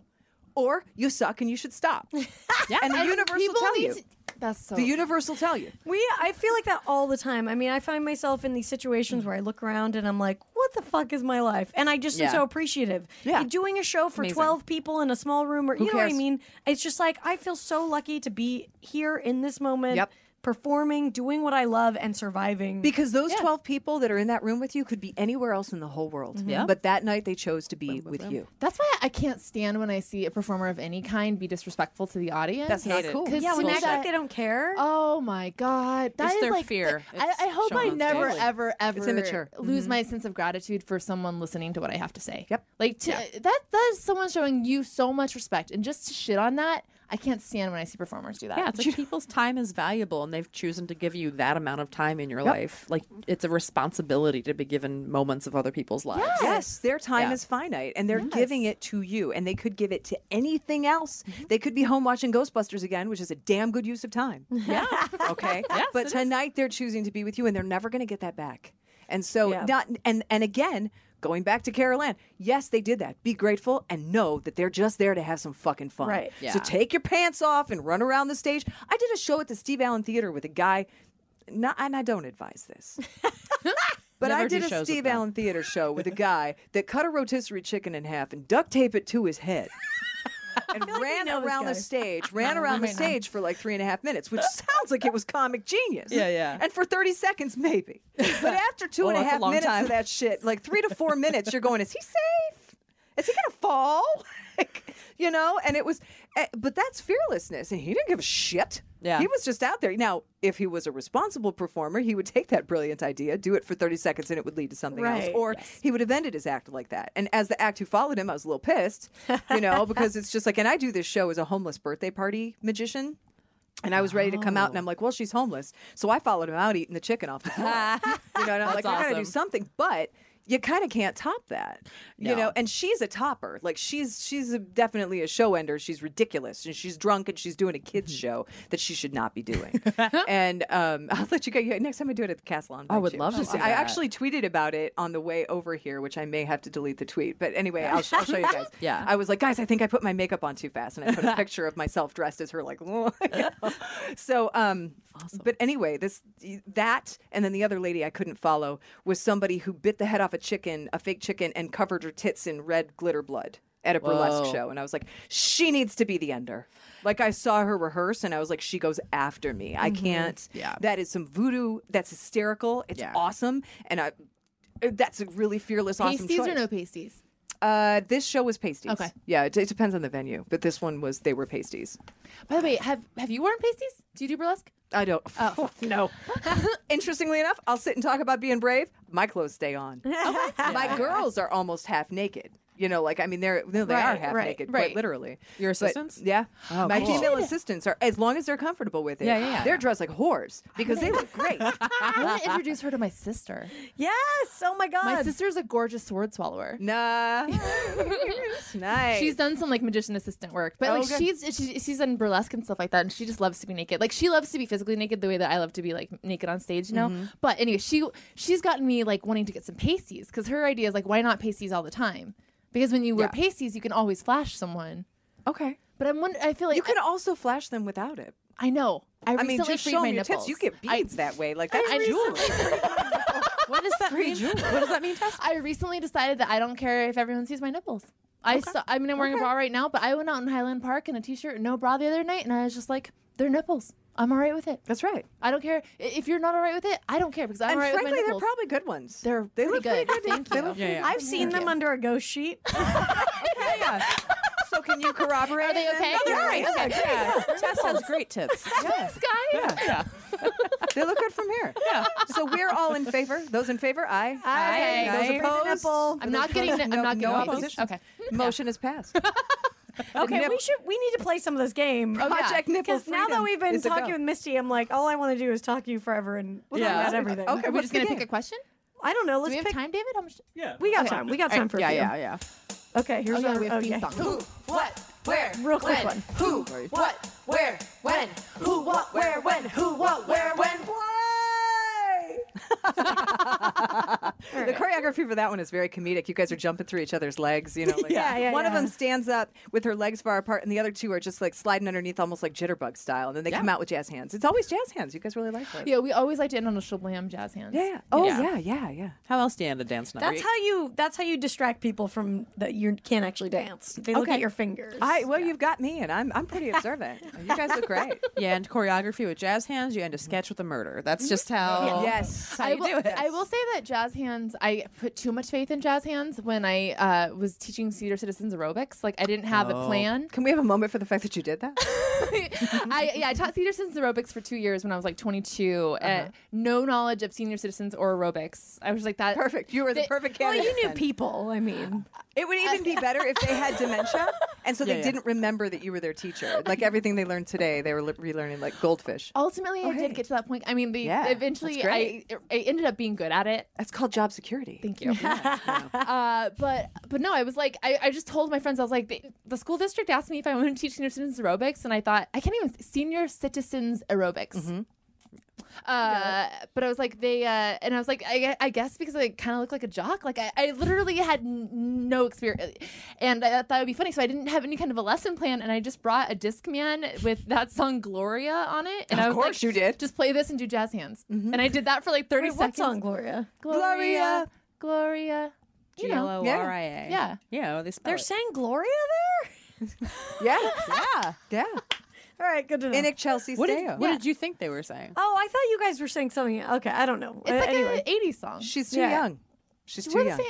F: Or you suck and you should stop. yeah. And the universe will
D: People
F: tell
D: need
F: you.
D: to- That's so.
F: The universe will tell you.
B: We, I feel like that all the time. I mean, I find myself in these
F: Mm.
B: situations where I look around and I'm like, what the fuck is my life? And I just
C: Yeah.
B: am so appreciative.
F: Yeah.
B: Doing a show for 12 people in a small room, or you know what I
F: cares?
B: mean? It's just like, I feel so lucky to be here in this moment,
F: Yep.
B: performing, doing what I love, and surviving.
F: Because those 12 people that are in that room with you could be anywhere else in the whole world.
C: Yeah.
F: But that night they chose to be with you.
D: That's why I can't stand when I see a performer of any kind be disrespectful to the audience.
F: That's not
C: Hate it.
F: cool.
D: 'Cause
B: yeah, when they act
D: people
B: like
D: that-
B: they don't care.
D: Oh my god, that
C: It's
D: is
C: their
D: like
C: fear.
D: I,
C: It's
D: I hope I
C: shown on
D: never,
C: stage.
D: ever, ever
F: immature.
D: lose my sense of gratitude for someone listening to what I have to say.
F: Yep.
D: Like to, that that is someone showing you so much respect, and just to shit on that, I can't stand when I see performers do that.
C: Yeah, it's like people's time is valuable, and they've chosen to give you that amount of time in your life. Like it's a responsibility to be given moments of other people's lives.
F: Yes, their time
C: Yeah.
F: is finite and they're giving it to you and they could give it to anything else. They could be home watching Ghostbusters again, which is a damn good use of time. Yeah. okay. but tonight they're choosing to be with you and they're never going to get that back. And so
B: Yeah.
F: not and and again, going back to Carol Ann, yes, they did that. Be grateful and know that they're just there to have some fucking fun.
B: Right.
F: So take your pants off and run around the stage. I did a show at the Steve Allen Theater with a guy not, and I don't advise this. But I
C: Never do
F: did
C: shows
F: a
C: with
F: Steve
C: them.
F: Allen theater show with a guy that cut a rotisserie chicken in half and duct tape it to his head. And ran
B: know this
F: around the
B: guy.
F: stage, ran around the stage for like three and a half minutes, which sounds like it was comic genius.
C: Yeah, yeah.
F: And for 30 seconds, maybe. But after two
C: Well,
F: and a
C: that's a
F: half
C: long
F: minutes
C: time.
F: of that shit, like three to four minutes, you're going, is he safe? Is he going to fall? Like, you know? And it was, eh, but that's fearlessness. And he didn't give a shit.
C: Yeah.
F: He was was just out there. Now, if he was a responsible performer, he would take that brilliant idea, do it for 30 seconds, and it would lead to something else.
B: Right.
F: Or he would have ended his act like that. And as the act who followed him, I was a little pissed, you know, because it's just like, and I do this show as a homeless birthday party magician. And I was ready to come out, and I'm like, "Well, she's homeless," so I followed him out eating the chicken off the floor. you know, and I'm like, "I gotta do
C: awesome.
F: something," but you kind of can't top that, you
C: Um, No.
F: know. And she's a topper, like she's she's a, definitely a show ender. She's ridiculous, and she's drunk, and she's doing a kids
C: Mm-hmm.
F: show that she should not be doing. and um, I'll let you go. Yeah, next time I do it at the castle, on
C: I would love to
F: Just,
C: see
F: I
C: that.
F: actually tweeted about it on the way over here, which I may have to delete the tweet, but anyway, I'll, I'll show you guys.
C: Yeah.
F: I was like, guys, I think I put my makeup on too fast, and I put a picture of myself dressed as her, like. so, um, but anyway, this that, and then the other lady I couldn't follow was somebody who bit the head off a chicken, a fake chicken, and covered her tits in red glitter blood at a burlesque
C: Whoa.
F: show, and I was like, she needs to be the ender. Like I saw her rehearse, and I was like, she goes after me. I
D: Mm-hmm.
F: can't.
C: Yeah.
F: That is some voodoo. That's hysterical. It's
C: Yeah.
F: awesome, and I. That's a really fearless, awesome
D: pasties
F: choice.
D: or no pasties?
F: Uh, this show was pasties.
D: Okay.
F: Yeah, it, it depends on the venue, but this one was they were pasties.
D: By the way, have have you worn pasties? Do you do burlesque?
F: I don't.
D: Uh,
F: Oh no. Interestingly enough, I'll sit and talk about being brave. My clothes stay on. My girls are almost half naked. You know, like I mean, they're no, they are
B: Right,
F: half
B: right,
F: naked,
D: right.
F: quite literally.
C: Your
F: But-
C: assistants?
F: yeah,
C: Oh,
F: my
C: cool.
F: female assistants are as long as they're comfortable with it.
C: Yeah, yeah, yeah.
F: They're dressed like whores because they look great.
D: I'm gonna introduce her to my sister.
B: Yes. Oh my god.
D: My sister's a gorgeous sword swallower.
F: nah, nice.
D: She's done some like magician assistant work, but
F: Oh,
D: like
F: good.
D: she's she, she's done burlesque and stuff like that, and she just loves to be naked. Like she loves to be physically naked the way that I love to be like naked on stage, you know.
F: Mm-hmm.
D: But anyway, she she's gotten me like wanting to get some pasties because her idea is like, why not pasties all the time? Because when you wear
F: Yeah.
D: pasties, you can always flash someone.
F: okay.
D: But I'm wondering, I feel like
F: You can also flash them without it.
D: I, I know. I,
F: I mean,
D: recently
F: just
D: freed
F: show
D: my
F: them your
D: nipples.
F: tips. You get
D: I-
F: beads that way. Like that's
D: I
F: jewelry.
C: What does that mean? What does that mean, Tess?
D: I recently decided that I don't care if everyone sees my nipples. I saw, I mean, I'm wearing a bra right now, but I went out in Highland Park in a t-shirt and no bra the other night, and I was just like, they're nipples. I'm all right with it.
F: That's right.
D: I don't care I- if you're not all right with it. I don't care because I'm
F: and
D: all right
F: frankly,
D: with my
F: they're
D: nipples.
F: probably good ones.
D: They're
F: they
D: pretty
F: look pretty
D: good.
F: good.
D: Thank
F: They
D: you.
F: look-
C: Yeah, yeah.
B: I've seen them under a ghost sheet.
F: yeah, yeah. So can you corroborate?
D: Are they
F: them?
D: okay?
F: No, they're
D: Yeah,
F: great. Yeah,
C: yeah. Tess has great tips.
F: yeah.
D: Guys,
C: Yeah.
F: they look good from here. Yeah. So we're all in favor. Those in favor, aye.
B: Aye.
F: Those
B: Aye.
F: opposed.
B: Nipple.
D: I'm not getting. I'm
F: No-
D: not
F: no
D: getting.
F: opposition.
D: Okay.
F: Motion is passed.
B: Okay, we should we need to play some of this game.
D: yeah.
F: Project Nipple
B: Because now that
F: Freedom
B: we've been
F: is a go.
B: talking with Misty, I'm like, all I want to do is talk to you forever and we'll
C: Yeah.
B: talk about everything.
F: Okay,
D: Are we
F: what's
D: just
F: the
D: gonna pick
F: game?
D: a question?
B: I don't know.
D: Do
B: Let's
D: we have
B: pick.
D: time, David? How much?
A: Yeah.
B: We got time. We got time for
C: Yeah,
B: a few.
C: yeah, yeah.
B: Okay, here's
D: Oh yeah,
B: our-
D: we have theme
B: okay.
D: songs.
G: what, where,
B: Real quick
G: when,
B: one.
G: who, what, where, when, who, what, where, when, who, what, where, when, why?
F: The choreography for that one is very comedic. You guys are jumping through each other's legs, you know. Like,
B: Yeah, yeah,
F: One of
B: yeah.
F: them stands up with her legs far apart, and the other two are just like sliding underneath, almost like jitterbug style. And then they come out with jazz hands. It's always jazz hands. You guys really like those.
D: Yeah, we always like to end on a shablam jazz hands.
F: Yeah. Oh
C: Yeah.
F: yeah, yeah, yeah.
C: How else do you end a dance night?
B: That's how you. That's how you distract people from that you can't actually dance. They look
F: Okay.
B: at your fingers.
F: I well, you've got me, and I'm I'm pretty observant. you guys look great.
C: Yeah, and choreography with jazz hands, you end a sketch with a murder. That's just how.
F: Yes.
D: I
C: you
D: will,
C: do it.
D: I will say that jazz hands, I put too much faith in jazz hands when I uh, was teaching senior citizens aerobics. Like, I didn't have a plan.
F: Can we have a moment for the fact that you did that?
D: I, yeah, I taught senior citizens aerobics for two years when I was like 22. uh no knowledge of senior citizens or aerobics. I was like, that.
F: Perfect. You were the,
D: They-
F: perfect
B: well,
F: candidate.
B: you knew
F: then.
B: people. I mean,
F: It would even be better if they had dementia, and so they
C: Yeah, yeah.
F: didn't remember that you were their teacher. Like everything they learned today, they were le- relearning like goldfish.
D: Ultimately, I
F: hey.
D: did get to that point. I mean, the
F: Yeah,
D: eventually,
F: that's
D: I,
F: great.
D: I ended up being good at it.
F: That's called job security.
D: Thank you. uh, but but no, I was like, I, I just told my friends, I was like, the, the school district asked me if I wanted to teach senior citizens aerobics, and I thought I can't even senior citizens aerobics. Uh, but I was like, they, uh, and I was like, I, gue- I guess because I kind of look like a jock. Like I, I literally had n- no experience, and I thought it would be funny. So I didn't have any kind of a lesson plan, and I just brought a disc man with that song Gloria on it, and I was
F: course
D: like,
F: you did.
D: Just play this and do jazz hands, and I did that for like thirty
B: wait, what
D: seconds.
B: song, Gloria?
D: Gloria, Gloria. You
C: G L O
D: know,
C: R I A.
D: Yeah.
C: Yeah, well, they spell
B: They're
C: it.
B: saying Gloria there.
F: Yeah, yeah, yeah.
B: All right, good to know.
F: In Chelsea
C: What, did,
F: Steo.
C: what did you think they were saying?
B: oh, I thought you guys were saying something. Okay, I don't know.
D: it's
B: Uh,
D: like
B: anyway.
D: an '80s song.
F: She's too
B: Yeah.
F: young. She's too
D: We're the
F: young.
D: same-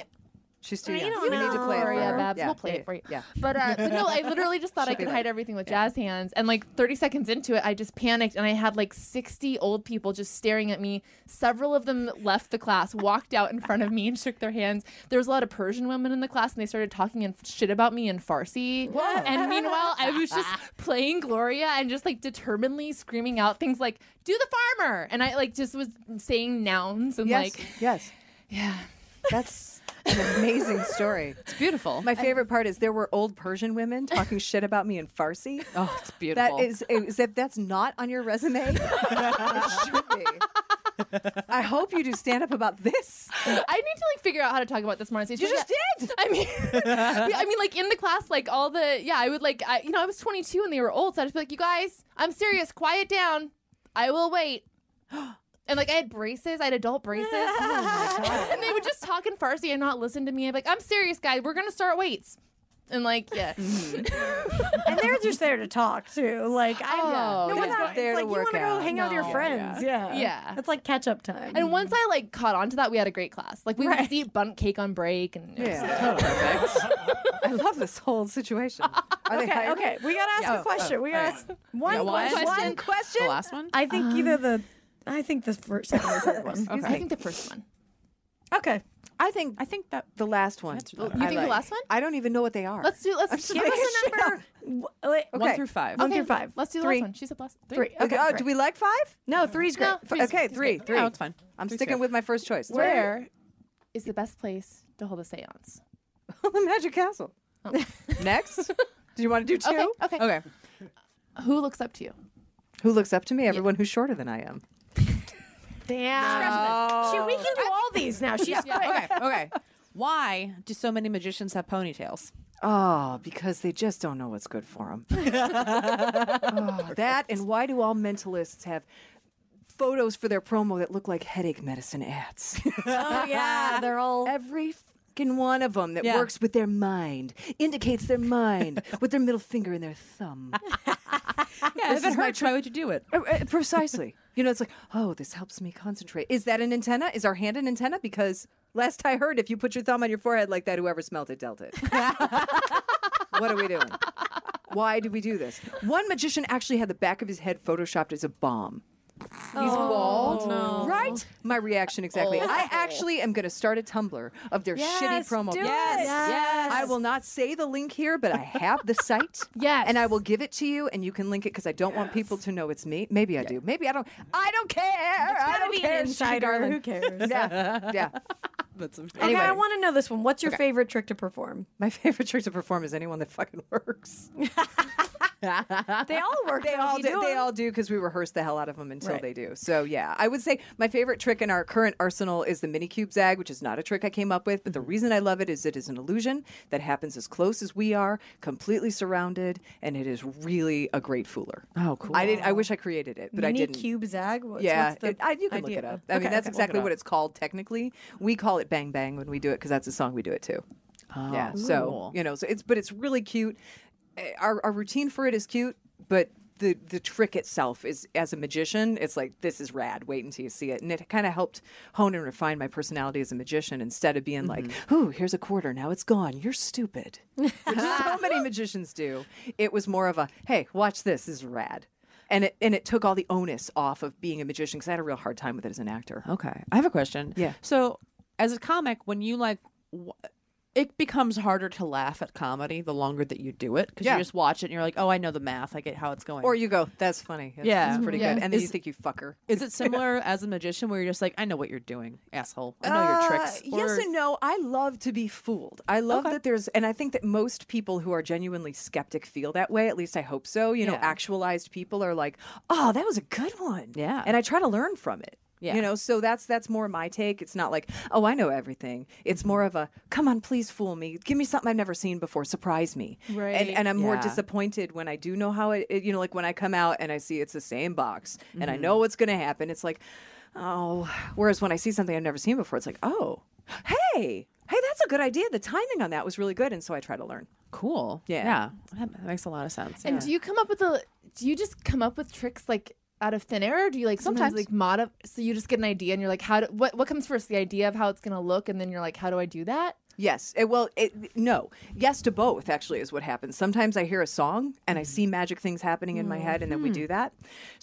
F: She's too
B: You
F: young.
B: don't
F: We need to
B: know.
F: play it. for
D: Gloria
F: her.
D: Babs,
F: Yeah,
D: we'll play
F: yeah,
D: it for you.
F: Yeah.
D: But, uh, but no, I literally just thought I could hide everything with jazz hands. And like 30 seconds into it, I just panicked and I had like 60 old people just staring at me. Several of them left the class, walked out in front of me and shook their hands. There was a lot of Persian women in the class and they started talking and shit about me in Farsi. And meanwhile, I was just playing Gloria and just like determinedly screaming out things like, do the farmer. And I like just was saying nouns and
F: Yes.
D: like,
F: yes.
D: yeah.
F: That's an amazing story.
C: It's beautiful.
F: My favorite part is there were old Persian women talking shit about me in Farsi.
C: oh, it's beautiful.
F: That is, is if that's not on your resume, it should be. I hope you do stand up about this.
D: I need to like figure out how to talk about this more on stage.
F: You just
D: did. I mean, yeah, I mean, like in the class, like all the yeah, I would like, I, you know, I was 22 and they were old, so I'd just be like, you guys, I'm serious, quiet down, I will wait. And like I had braces, I had adult braces,
F: Oh
D: and they would just talk in Farsi and not listen to me. I'd be like, I'm serious, guys, we're gonna start weights, and like yeah,
F: Mm-hmm.
B: and they're just there to talk too. Like I
D: Oh,
B: no,
F: they're
B: we're
F: not
B: not
F: there
B: it's
F: to
B: like you want
F: work
B: to go
F: out.
B: hang out with your
D: No.
B: friends. Yeah,
D: Yeah.
B: It's like catch up time.
D: And once I like caught on to that, we had a great class. Like we would just eat bunt cake on break, and it was-
F: Yeah, I love this whole situation. Are they
B: okay,
F: hiring?
B: okay, we gotta ask a question. we gotta ask one,
C: Yeah, one
B: question. Um, One
C: question.
B: question.
C: the last one?
B: I think either the, I think the first second or third one.
D: I think the first one.
B: Okay,
F: I think
C: I think that
F: the last one.
C: That's- You
F: I
D: think the last one?
F: I don't even know what they are.
D: Let's do. Let's
F: I'm just
D: give us
F: making
D: a
F: shit
D: number.
F: up.
B: Wait,
F: Okay.
C: one through five.
B: Um, One through five.
D: Let's do the
F: Three.
D: last one. She said last three.
B: Three.
F: Okay. oh,
D: three.
F: do we like five?
B: No, three's great.
D: No, three.
F: okay, three. Three.
C: No, it's fine.
F: I'm
C: Three's
F: sticking
C: good.
F: with my first choice. Three.
D: Where is the best place to hold a séance?
F: the Magic Castle. Next. Do you want to do two?
D: Okay. Okay.
C: Okay.
D: Who looks up to you?
F: Who looks up to me? Everyone who's shorter than I am.
B: Damn. She, we can do all these now. She's quick.
C: Okay. Okay. Why do so many magicians have ponytails?
F: Oh, because they just don't know what's good for them. that and why do all mentalists have photos for their promo that look like headache medicine ads?
B: Oh yeah, they're all.
F: Every fucking one of them that
C: Yeah.
F: works with their mind indicates their mind with their middle finger and their thumb.
C: Yeah, if
F: is
C: it
F: my
C: hurts, why would you do it?
F: Uh, uh, Precisely. You know, it's like, oh, this helps me concentrate. Is that an antenna? Is our hand an antenna? Because last I heard, if you put your thumb on your forehead like that, whoever smelt it dealt it. what are we doing? Why do we do this? One magician actually had the back of his head photoshopped as a bomb. He's
C: Oh,
F: bald, right? My reaction exactly. I actually am going to start a Tumblr of their shitty
B: Yes,
F: promo.
B: do
F: pics.
B: it. Yes.
F: I will not say the link here, but I have the site.
D: Yes.
F: And I will give it to you and you can link it because I don't want people to know it's me. Maybe I do. Maybe I don't. I don't care. I
B: Gotta
F: don't
B: be
F: care.
B: an insider. Who
F: darling.
B: cares?
F: Yeah. Yeah.
C: That's okay.
B: Okay, I
F: Anyway.
B: want to know this one. What's your favorite trick to perform?
F: My favorite trick to perform is anyone that fucking works.
B: Uh, They all work.
F: They
B: though, if
F: all
B: you
F: do. They
B: it.
F: all do because we rehearse the hell out of them until
B: Right.
F: they do. So yeah, I would say my favorite trick in our current arsenal is the mini cube zag, which is not a trick I came up with, but
B: Mm-hmm.
F: the reason I love it is it is an illusion that happens as close as we are, completely surrounded, and it is really a great fooler. Oh, cool. I did. I wish I created it, but I
B: Mini
F: didn't.
B: cube zag. What's,
F: yeah,
B: what's the
F: it- I, you can
B: idea?
F: look it up. I mean, that's exactly what it's called technically. We call it bang bang when we do it because that's a song we do it to. yeah, so
C: Oh, Cool.
F: you know, so it's but it's really cute. Eh, Our our routine for it is cute, but the the trick itself is as a magician, it's like this is rad. Wait until you see it, and it kind of helped hone and refine my personality as a magician instead of being like,
C: Mm-hmm.
F: "Ooh, here's a quarter, now it's gone. You're stupid." Which so many magicians do. It was more of a, "Hey, watch this. This is rad." And it, and it took all the onus off of being a magician because I had a real hard time with it as an actor.
C: Okay. I have a question.
F: Yeah.
C: So, as a comic, when you like, w- it becomes harder to laugh at comedy the longer that you do it because
F: Yeah.
C: you just watch it and you're like, oh, I know the math. I get how it's going.
F: Or you go, that's funny. That's,
C: Yeah.
F: That's pretty
D: Yeah.
F: good. And then you
C: Is-
F: think you fucker.
C: is it similar as a magician where you're just like, I know what you're doing, asshole. I know your tricks.
F: Uh, yes
C: Or-
F: and no. I love to be fooled. I love that there's, and I think that most people who are genuinely skeptic feel that way. At least I hope so. You know,
C: Yeah.
F: actualized people are like, oh, that was a good one.
C: Yeah.
F: And I try to learn from it.
C: Yeah.
F: You know, so that's that's more my take. It's not like, oh, I know everything. It's more of a, come on, please fool me. Give me something I've never seen before. Surprise me.
D: Right.
F: And, and I'm more
C: Yeah.
F: disappointed when I do know how it, it- you know, like when I come out and I see it's the same box and I know what's going to happen. It's like, oh. Whereas when I see something I've never seen before, it's like, oh, hey, hey, that's a good idea. The timing on that was really good. And so I try to learn.
C: Cool.
F: Yeah.
C: Yeah. That that makes a lot of sense.
D: And do you come up with the? Do you just come up with tricks like out of thin air? Or do you like sometimes,
C: Sometimes.
D: like modif? So you just get an idea and you're like, how? Do, what what comes first? The idea of how it's gonna look, and then you're like, how do I do that?
F: Yes. It, well, it, no. Yes to both, actually, is what happens. Sometimes I hear a song and I see magic things happening in my head, and then we do that.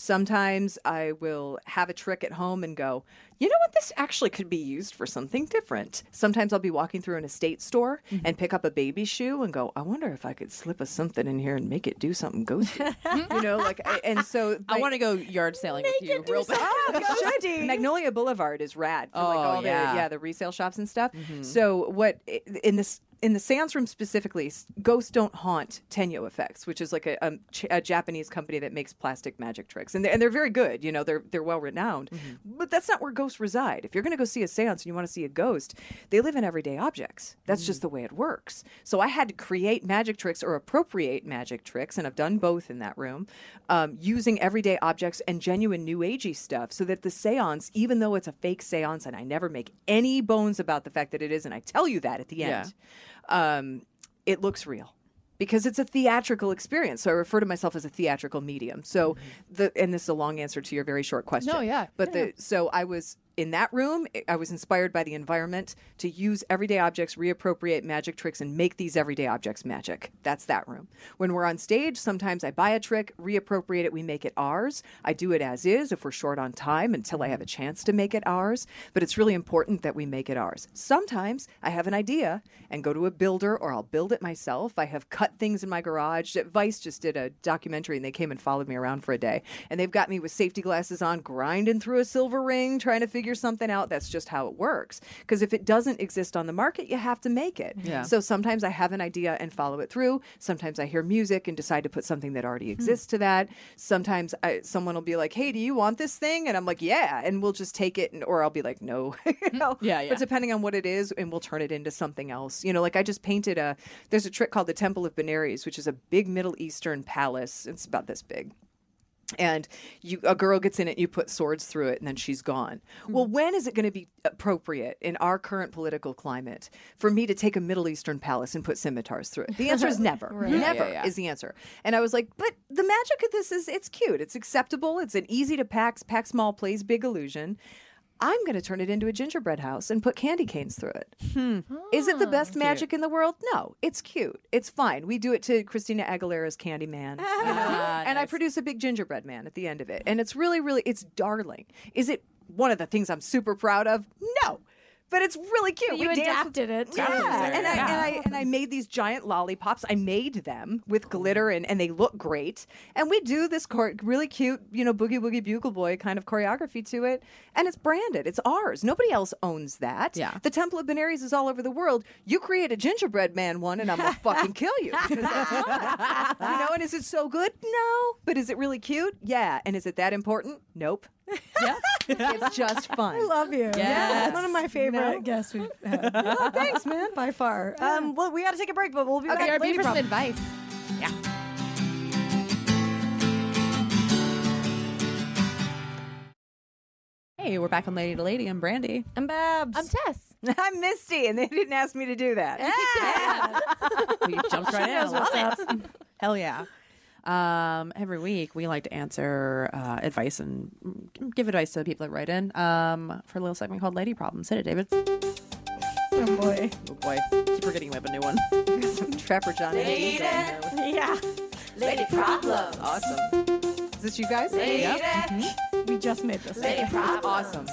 F: Sometimes I will have a trick at home and go, you know what? This actually could be used for something different. Sometimes I'll be walking through an estate store and pick up a baby shoe and go, I wonder if I could slip a something in here and make it do something ghosty. you know, like, I- and so
C: I
F: my-
C: want to go yard sailing with you real bad.
F: Oh, you should. Magnolia Boulevard is rad for like
C: Oh,
F: all
C: yeah. Mm-hmm.
F: the yeah the resale shops and stuff. So what i- in this in the seance room specifically, s- ghosts don't haunt Tenyo Effects, which is like a, a, Ch- a Japanese company that makes plastic magic tricks, and they're, and they're very good. You know, they're they're well renowned,
C: Mm-hmm.
F: but that's not where ghosts reside. If you're going to go see a seance and you want to see a ghost, they live in everyday objects. That's just the way it works. So I had to create magic tricks or appropriate magic tricks, and I've done both in that room, um, using everyday objects and genuine new agey stuff so that the seance, even though it's a fake seance and I never make any bones about the fact that it is, and I tell you that at the end, um, it looks real. Because it's a theatrical experience, so I refer to myself as a theatrical medium. So, the and this is a long answer to your very short question.
D: No, yeah.
F: But the so I was in that room, eh, I- I was inspired by the environment to use everyday objects, reappropriate magic tricks, and make these everyday objects magic. That's that room. When we're on stage, sometimes I buy a trick, reappropriate it, we make it ours. I do it as is if we're short on time until I have a chance to make it ours. But it's really important that we make it ours. Sometimes I have an idea and go to a builder or I'll build it myself. I have cut things in my garage. Vice just did a documentary and they came and followed me around for a day. And they've got me with safety glasses on, grinding through a silver ring, trying to figure something out. That's just how it works. Because if it doesn't exist on the market, you have to make it.
C: Yeah.
F: So sometimes I have an idea and follow it through. Sometimes I hear music and decide to put something that already
C: Hmm.
F: exists to that. Sometimes I, someone will be like, hey, do you want this thing? And I'm like, yeah. And we'll just take it. And, or I'll be like, no. You know?
C: Hmm. Yeah, yeah.
F: But depending on what it is, and we'll turn it into something else. You know, like I just painted a, there's a trick called the Temple of Benares, which is a big Middle Eastern palace. It's about this big and you a girl gets in it you put swords through it and then she's gone
C: Hmm.
F: well when is it going to be appropriate in our current political climate for me to take a middle eastern palace and put scimitars through it the answer is never never
C: Yeah, yeah, yeah.
F: is the answer and i was like but the magic of this is it's cute it's acceptable it's an easy to pack pack small plays big illusion I'm going to turn it into a gingerbread house and put candy canes through it. Is it the best magic in the world? No, it's cute. It's fine. We do it to Christina Aguilera's Candyman
C: Ah,
F: and I
C: nice.
F: produce a big gingerbread man at the end of it. And it's really, really, it's darling. Is it one of the things I'm super proud of? No, but it's really cute.
B: You
F: we danced-
B: adapted it.
F: Yeah,
C: there,
F: and I,
C: yeah.
F: and I and I made these giant lollipops. I made them with glitter and, and they look great. And we do this chor- really cute, you know, boogie woogie bugle boy kind of choreography to it. And it's branded. It's ours. Nobody else owns that.
C: Yeah.
F: The Temple of Benares is all over the world. You create a gingerbread man one, and I'm gonna fucking kill you. 'cause that's mine. you know, and is it so good? No. But is it really cute? Yeah. And is it that important? Nope. Yeah. it's just fun.
B: I love you.
C: Yes.
B: One of my favorite
F: No?
B: guests we've had. oh, thanks, man. By far. Um, well, we got to take a break, but we'll be
D: Okay,
B: back.
D: RB
B: Lady
D: for some
B: Problem.
D: advice.
C: Hey, we're back on Lady to Lady. I'm Brandy.
B: I'm Babs.
D: I'm Tess.
F: I'm Misty, and they didn't ask me to do that.
C: We jumped right in. I love it. Hell yeah. Um, every week we like to answer uh, advice and mm, give advice to the people that write in um, for a little segment called Lady Problems. Hit it, David. Oh
B: oh, boy.
C: boy, keep forgetting we have a new one.
F: Trapper Johnny.
B: Yeah.
G: Lady problems.
F: Awesome. Is this you guys?
G: Lady,
B: We just made this.
G: lady problems.
F: Awesome.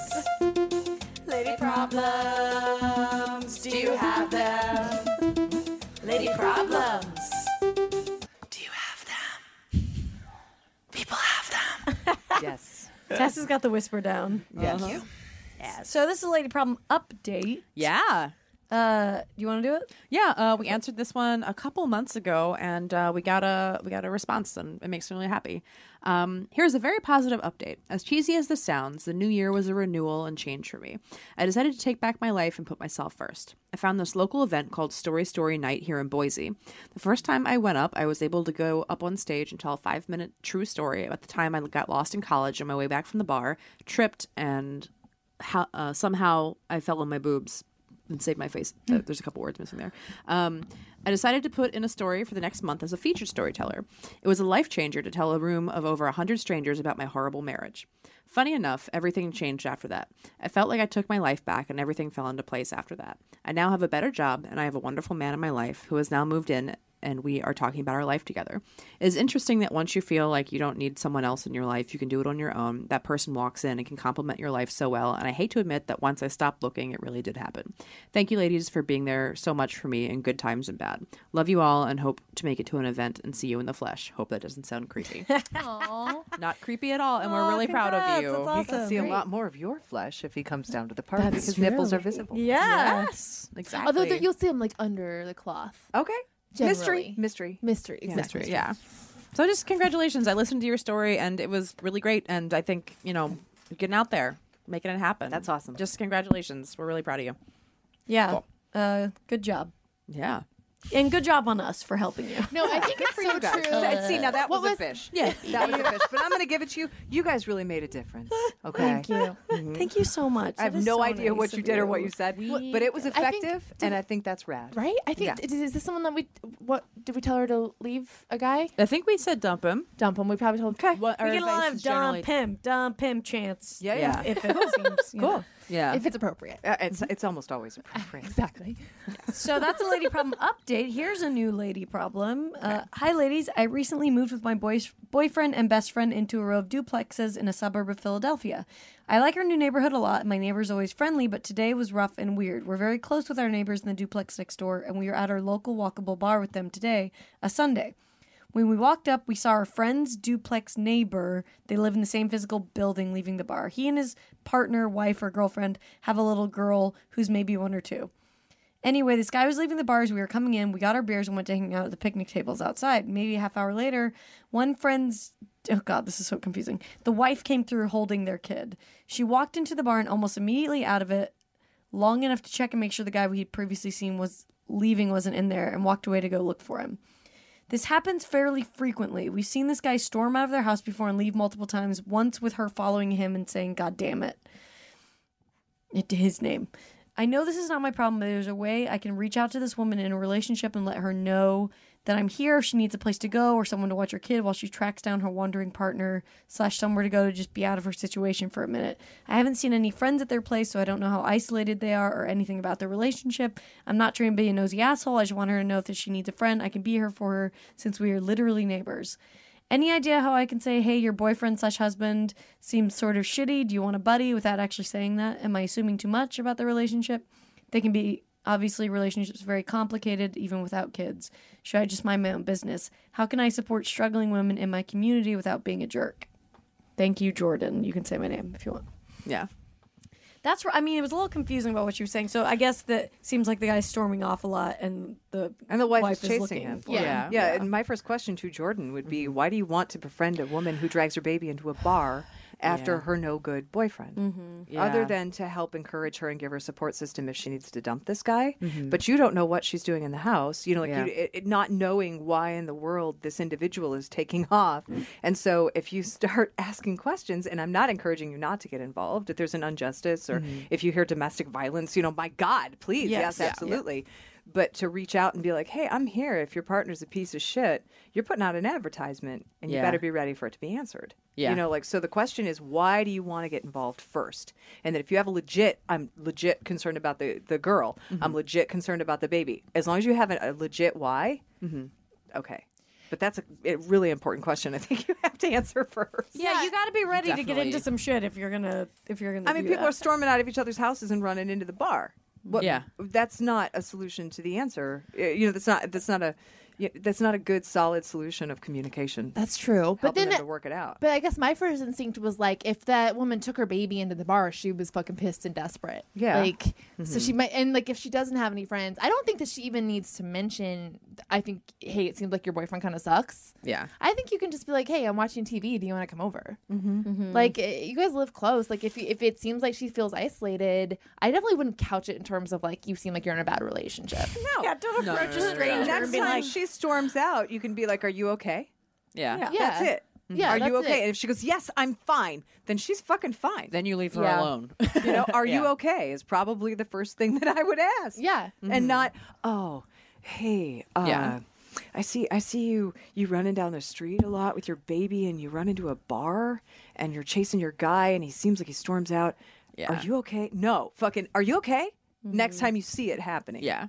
G: Lady problems. Do you have them? Lady problems. Do you have them? People have them.
F: Yes.
B: Tess has got the whisper down.
F: Yes.
B: So this is a lady problem update.
C: Yeah.
B: Uh, you want to do it?
C: Yeah, uh, we answered this one a couple months ago, and uh, we got a we got a response, and it makes me really happy. Um, here's a very positive update. As cheesy as this sounds, the new year was a renewal and change for me. I decided to take back my life and put myself first. I found this local event called Story Story Night here in Boise. The first time I went up, I was able to go up on stage and tell a five minute true story about the time I got lost in college on my way back from the bar, tripped, and how, uh, somehow I fell on my boobs and saved my face. Uh, There's a couple words missing there. Um, I decided to put in a story for the next month as a featured storyteller. It was a life changer to tell a room of over 100 strangers about my horrible marriage. Funny enough, everything changed after that. I felt like I took my life back and everything fell into place after that. I now have a better job and I have a wonderful man in my life who has now moved in and we are talking about our life together. It is interesting that once you feel like you don't need someone else in your life, you can do it on your own. That person walks in and can complement your life so well. And I hate to admit that once I stopped looking, it really did happen. Thank you, ladies, for being there so much for me in good times and bad. Love you all and hope to make it to an event and see you in the flesh. Hope that doesn't sound creepy.
D: Aw.
C: Not creepy at all. And we're really proud of
B: Congrats,
C: you.
B: that's
F: You can
B: awesome.
F: see a lot more of your flesh if he comes down to the park
D: That's
F: because
D: true.
F: nipples are visible.
B: Yeah.
C: Yes, exactly. Oh.
D: Although th- you'll see them like under the cloth.
F: Okay.
D: Generally.
F: Mystery. Mystery.
D: Mystery. Exactly.
C: Yeah. So just congratulations. I listened to your story and it was really great. And I think, you know, getting out there, making it happen.
F: That's awesome.
C: Just congratulations. We're really proud of you.
B: Yeah. Uh, good job.
C: Yeah.
B: And good job on us for helping
F: Mm-hmm.
B: you.
D: No, I think it's so
F: You guys.
D: true.
F: Uh, See, now that
D: What
F: was, a fish.
C: Yeah.
F: That was a fish. But I'm going to give it to you. You guys really made a difference. Okay.
D: Thank you.
B: Thank you so much.
F: I have
B: That is
F: no
B: so
F: idea
B: nice
F: what you
B: of
F: did or what you said, but it was
D: I think-
F: effective, and I think that's rad.
D: Right? I think is, is this someone that we what did we tell her to leave a guy?
C: I think we said dump him.
D: Dump him. We probably told
C: Okay. What,
B: We
C: our
B: get a lot
C: advice
B: of
C: is
B: dumb
C: generally-
B: pimp, dumb pimp chance.
F: Yeah, yeah.
B: If it seems, you
F: Cool.
B: know.
C: Yeah.
D: if it's appropriate.
F: Uh, It's, it's almost always appropriate.
D: Exactly.
B: So that's a lady problem update. Here's a new lady problem. Uh, hi, ladies. I recently moved with my boys- boyfriend and best friend into a row of duplexes in a suburb of Philadelphia. I like our new neighborhood a lot. My neighbor's always friendly, but today was rough and weird. We're very close with our neighbors in the duplex next door, and we were at our local walkable bar with them today, a Sunday. When we walked up, we saw our friend's duplex neighbor. They live in the same physical building, leaving the bar. He and his partner, wife, or girlfriend have a little girl who's maybe one or two. Anyway, this guy was leaving the bars. We were coming in. We got our beers and went to hang out at the picnic tables outside. Maybe a half hour later, one friend's oh god, this is so confusing. The wife came through holding their kid. She walked into the bar and almost immediately out of it, long enough to check and make sure the guy we had previously seen was leaving wasn't in there, and walked away to go look for him. This happens fairly frequently. We've seen this guy storm out of their house before and leave multiple times, once with her following him and saying, God damn it it- his name. I know this is not my problem, but there's a way I can reach out to this woman in a relationship and let her know that I'm here if she needs a place to go or someone to watch her kid while she tracks down her wandering partner slash somewhere to go to just be out of her situation for a minute. I haven't seen any friends at their place, so I don't know how isolated they are or anything about their relationship. I'm not trying to be a nosy asshole. I just want her to know if she needs a friend, I can be here for her since we are literally neighbors. Any idea how I can say, hey, your boyfriend slash husband seems sort of shitty. Do you want a buddy without actually saying that? Am I assuming too much about the relationship? They can be obviously relationships very complicated even without kids. Should I just mind my own business? How can I support struggling women in my community without being a jerk? Thank you, Jordan. You can say my name if you want.
C: yeah.
B: That's right. I mean, it was a little confusing about what she was saying. So I guess that seems like the guy's storming off a lot, and the
F: And the wife, is chasing
B: looking
F: him.
B: for
F: Mm-hmm.
D: Yeah.
F: yeah. And my first question to Jordan would be, why do you want to befriend a woman who drags her baby into a bar after
C: Yeah.
F: her no good boyfriend?
C: Yeah.
F: Other than to help encourage her and give her support system if she needs to dump this guy, but you don't know what she's doing in the house. You know, like
C: Yeah.
F: you, it, it- not knowing why in the world this individual is taking off. And so, if you start asking questions, and I'm not encouraging you not to get involved, if there's an injustice or if you hear domestic violence, you know, my God, please,
C: Yes.
F: yes,
C: Yeah.
F: absolutely. But to reach out and be like, hey, I'm here. If your partner's a piece of shit, you're putting out an advertisement and you
C: Yeah.
F: better be ready for it to be answered.
C: Yeah.
F: You know, like, so the question is, why do you want to get involved first? And then if you have a legit, I'm legit concerned about the, the girl,
C: Mm-hmm.
F: I'm legit concerned about the baby. As long as you have a, a legit why,
C: Mm-hmm.
F: okay. But that's a, a really important question I think you have to answer first.
B: Yeah, you got to be ready to get
C: Definitely.
B: into some shit if you're gonna if you're gonna.
F: I mean,
B: do
F: people
B: that.
F: are storming out of each other's houses and running into the bar. What,
C: Yeah.
F: that's not a solution to the answer. Uh, You know, that's not that's not a yeah, that's not a good solid solution of communication.
D: That's true. But
F: helping
D: then
F: them to work it out.
D: But I guess my first instinct was like, if that woman took her baby into the bar, she was fucking pissed and desperate.
F: Yeah. Mm-hmm.
D: Like, so she might, and like, if she doesn't have any friends, I don't think that she even needs to mention, I think, hey, it seems like your boyfriend kind of sucks.
C: Yeah.
D: I think you can just be like, hey, I'm watching TV. Do you want to come over?
F: Mm-hmm.
D: Like, eh, you guys live close. Like, if, you, if it seems like she feels isolated, I definitely wouldn't couch it in terms of like, you seem like you're in a bad relationship.
F: No,
B: Yeah, don't
C: No,
B: approach
C: no, no,
B: a
C: no, no.
B: stranger
F: next
B: and be
F: time
B: like,
F: she storms out, you can be like, "Are you okay?"
C: Yeah.
B: Yeah.
F: That's it.
D: Yeah,
F: Are you
D: that's
F: okay?
D: it.
F: And if she goes, "Yes, I'm fine," then she's fucking fine.
C: Then you leave her
D: Yeah.
C: alone.
F: you know, "Are you
C: Yeah.
F: okay?" is probably the first thing that I would ask.
D: Yeah.
F: and not, "Oh, hey, uh,
C: Mm-hmm. Yeah.
F: I see. I see you. You running down the street a lot with your baby, and you run into a bar, and you're chasing your guy, and he seems like he storms out.
C: Yeah. Mm-hmm.
F: Are you okay? No, fucking. Are you okay? Next time you see it happening.
C: Yeah.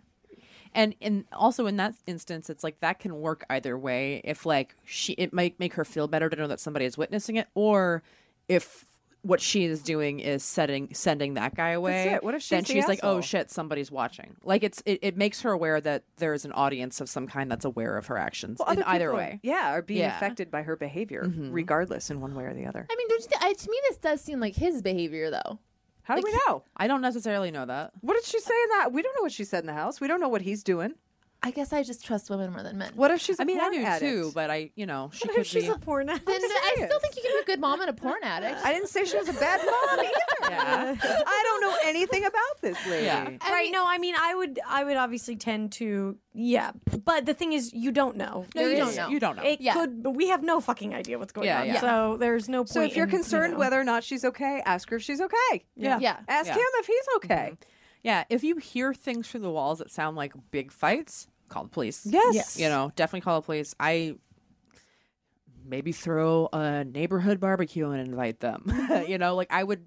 C: And and also in that instance, it's like that can work either way. If like she, it might make her feel better to know that somebody is witnessing it, or if what she is doing is setting sending that guy away.
F: it. What if
C: then
F: she's the
C: she's like, oh
F: asshole?"
C: shit, somebody's watching. Like it's it, it makes her aware that there is an audience of some kind that's aware of her actions.
F: Well,
C: in
F: other
C: either
F: people are-
C: way,
F: yeah, are being
C: Yeah. Mm-hmm.
F: affected by her behavior, regardless, in one way or the other.
D: I mean, don't you think, I, to me, this does seem like his behavior, though.
F: How do we know?
C: I don't necessarily know that.
F: What did she say in that? We don't know what she said in the house. We don't know what he's doing.
D: I guess I just trust women more than men.
F: What if she's? I
C: I mean, I do
F: addict?
C: too, but I, you know, she
B: What
C: could
B: if she's
C: be.
B: a porn addict?
D: Then uh, I still
F: serious.
D: think you can be a good mom and a porn addict.
F: I didn't say she was a bad mom either.
C: Yeah.
F: I don't know anything about this lady.
C: Yeah.
B: right? no, I mean, I would, I would obviously tend to, yeah. But the thing is, you don't know.
D: No, you
B: There
D: don't
B: is-
D: know.
C: You don't know.
B: It
D: Yeah.
B: could, but we have no fucking idea what's going
C: Yeah,
B: on.
C: yeah.
B: So there's no point.
F: So if you're
B: in, you
F: concerned
B: know.
F: whether or not she's okay, ask her if she's okay.
C: Yeah.
D: Yeah.
F: Ask
C: Yeah. Mm-hmm.
F: him if he's okay.
C: yeah. If you hear things through the walls that sound like big fights, call the police.
F: Yes. Yes.
C: You know, definitely call the police. I maybe throw a neighborhood barbecue and invite them. you know, like I would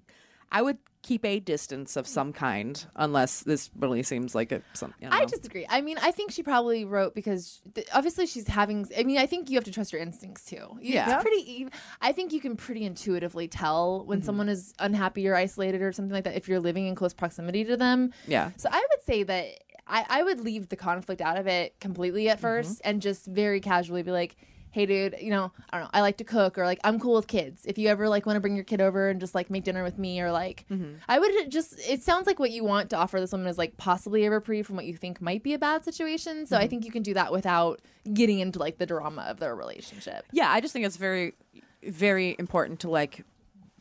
C: I would keep a distance of some kind, unless this really seems like a some. I, don't
D: I
C: know.
D: just agree. I mean, I think she probably wrote because th- obviously she's having. I mean, I think you have to trust your instincts too. You-
C: Yeah.
D: it's pretty. ev- I think you can pretty intuitively tell
C: Mm-hmm.
D: when someone is unhappy or isolated or something like that if you're living in close proximity to them.
C: Yeah.
D: So I would say that I, I would leave the conflict out of it completely at 1st and just very casually be like. Hey dude, you know, I don't know. I like to cook, or like I'm cool with kids. If you ever like want to bring your kid over and just like make dinner with me, or like I would just. It sounds like what you want to offer this woman is like possibly a reprieve from what you think might be a bad situation. So I think you can do that without getting into like the drama of their relationship.
C: yeah i just think it's very very important to like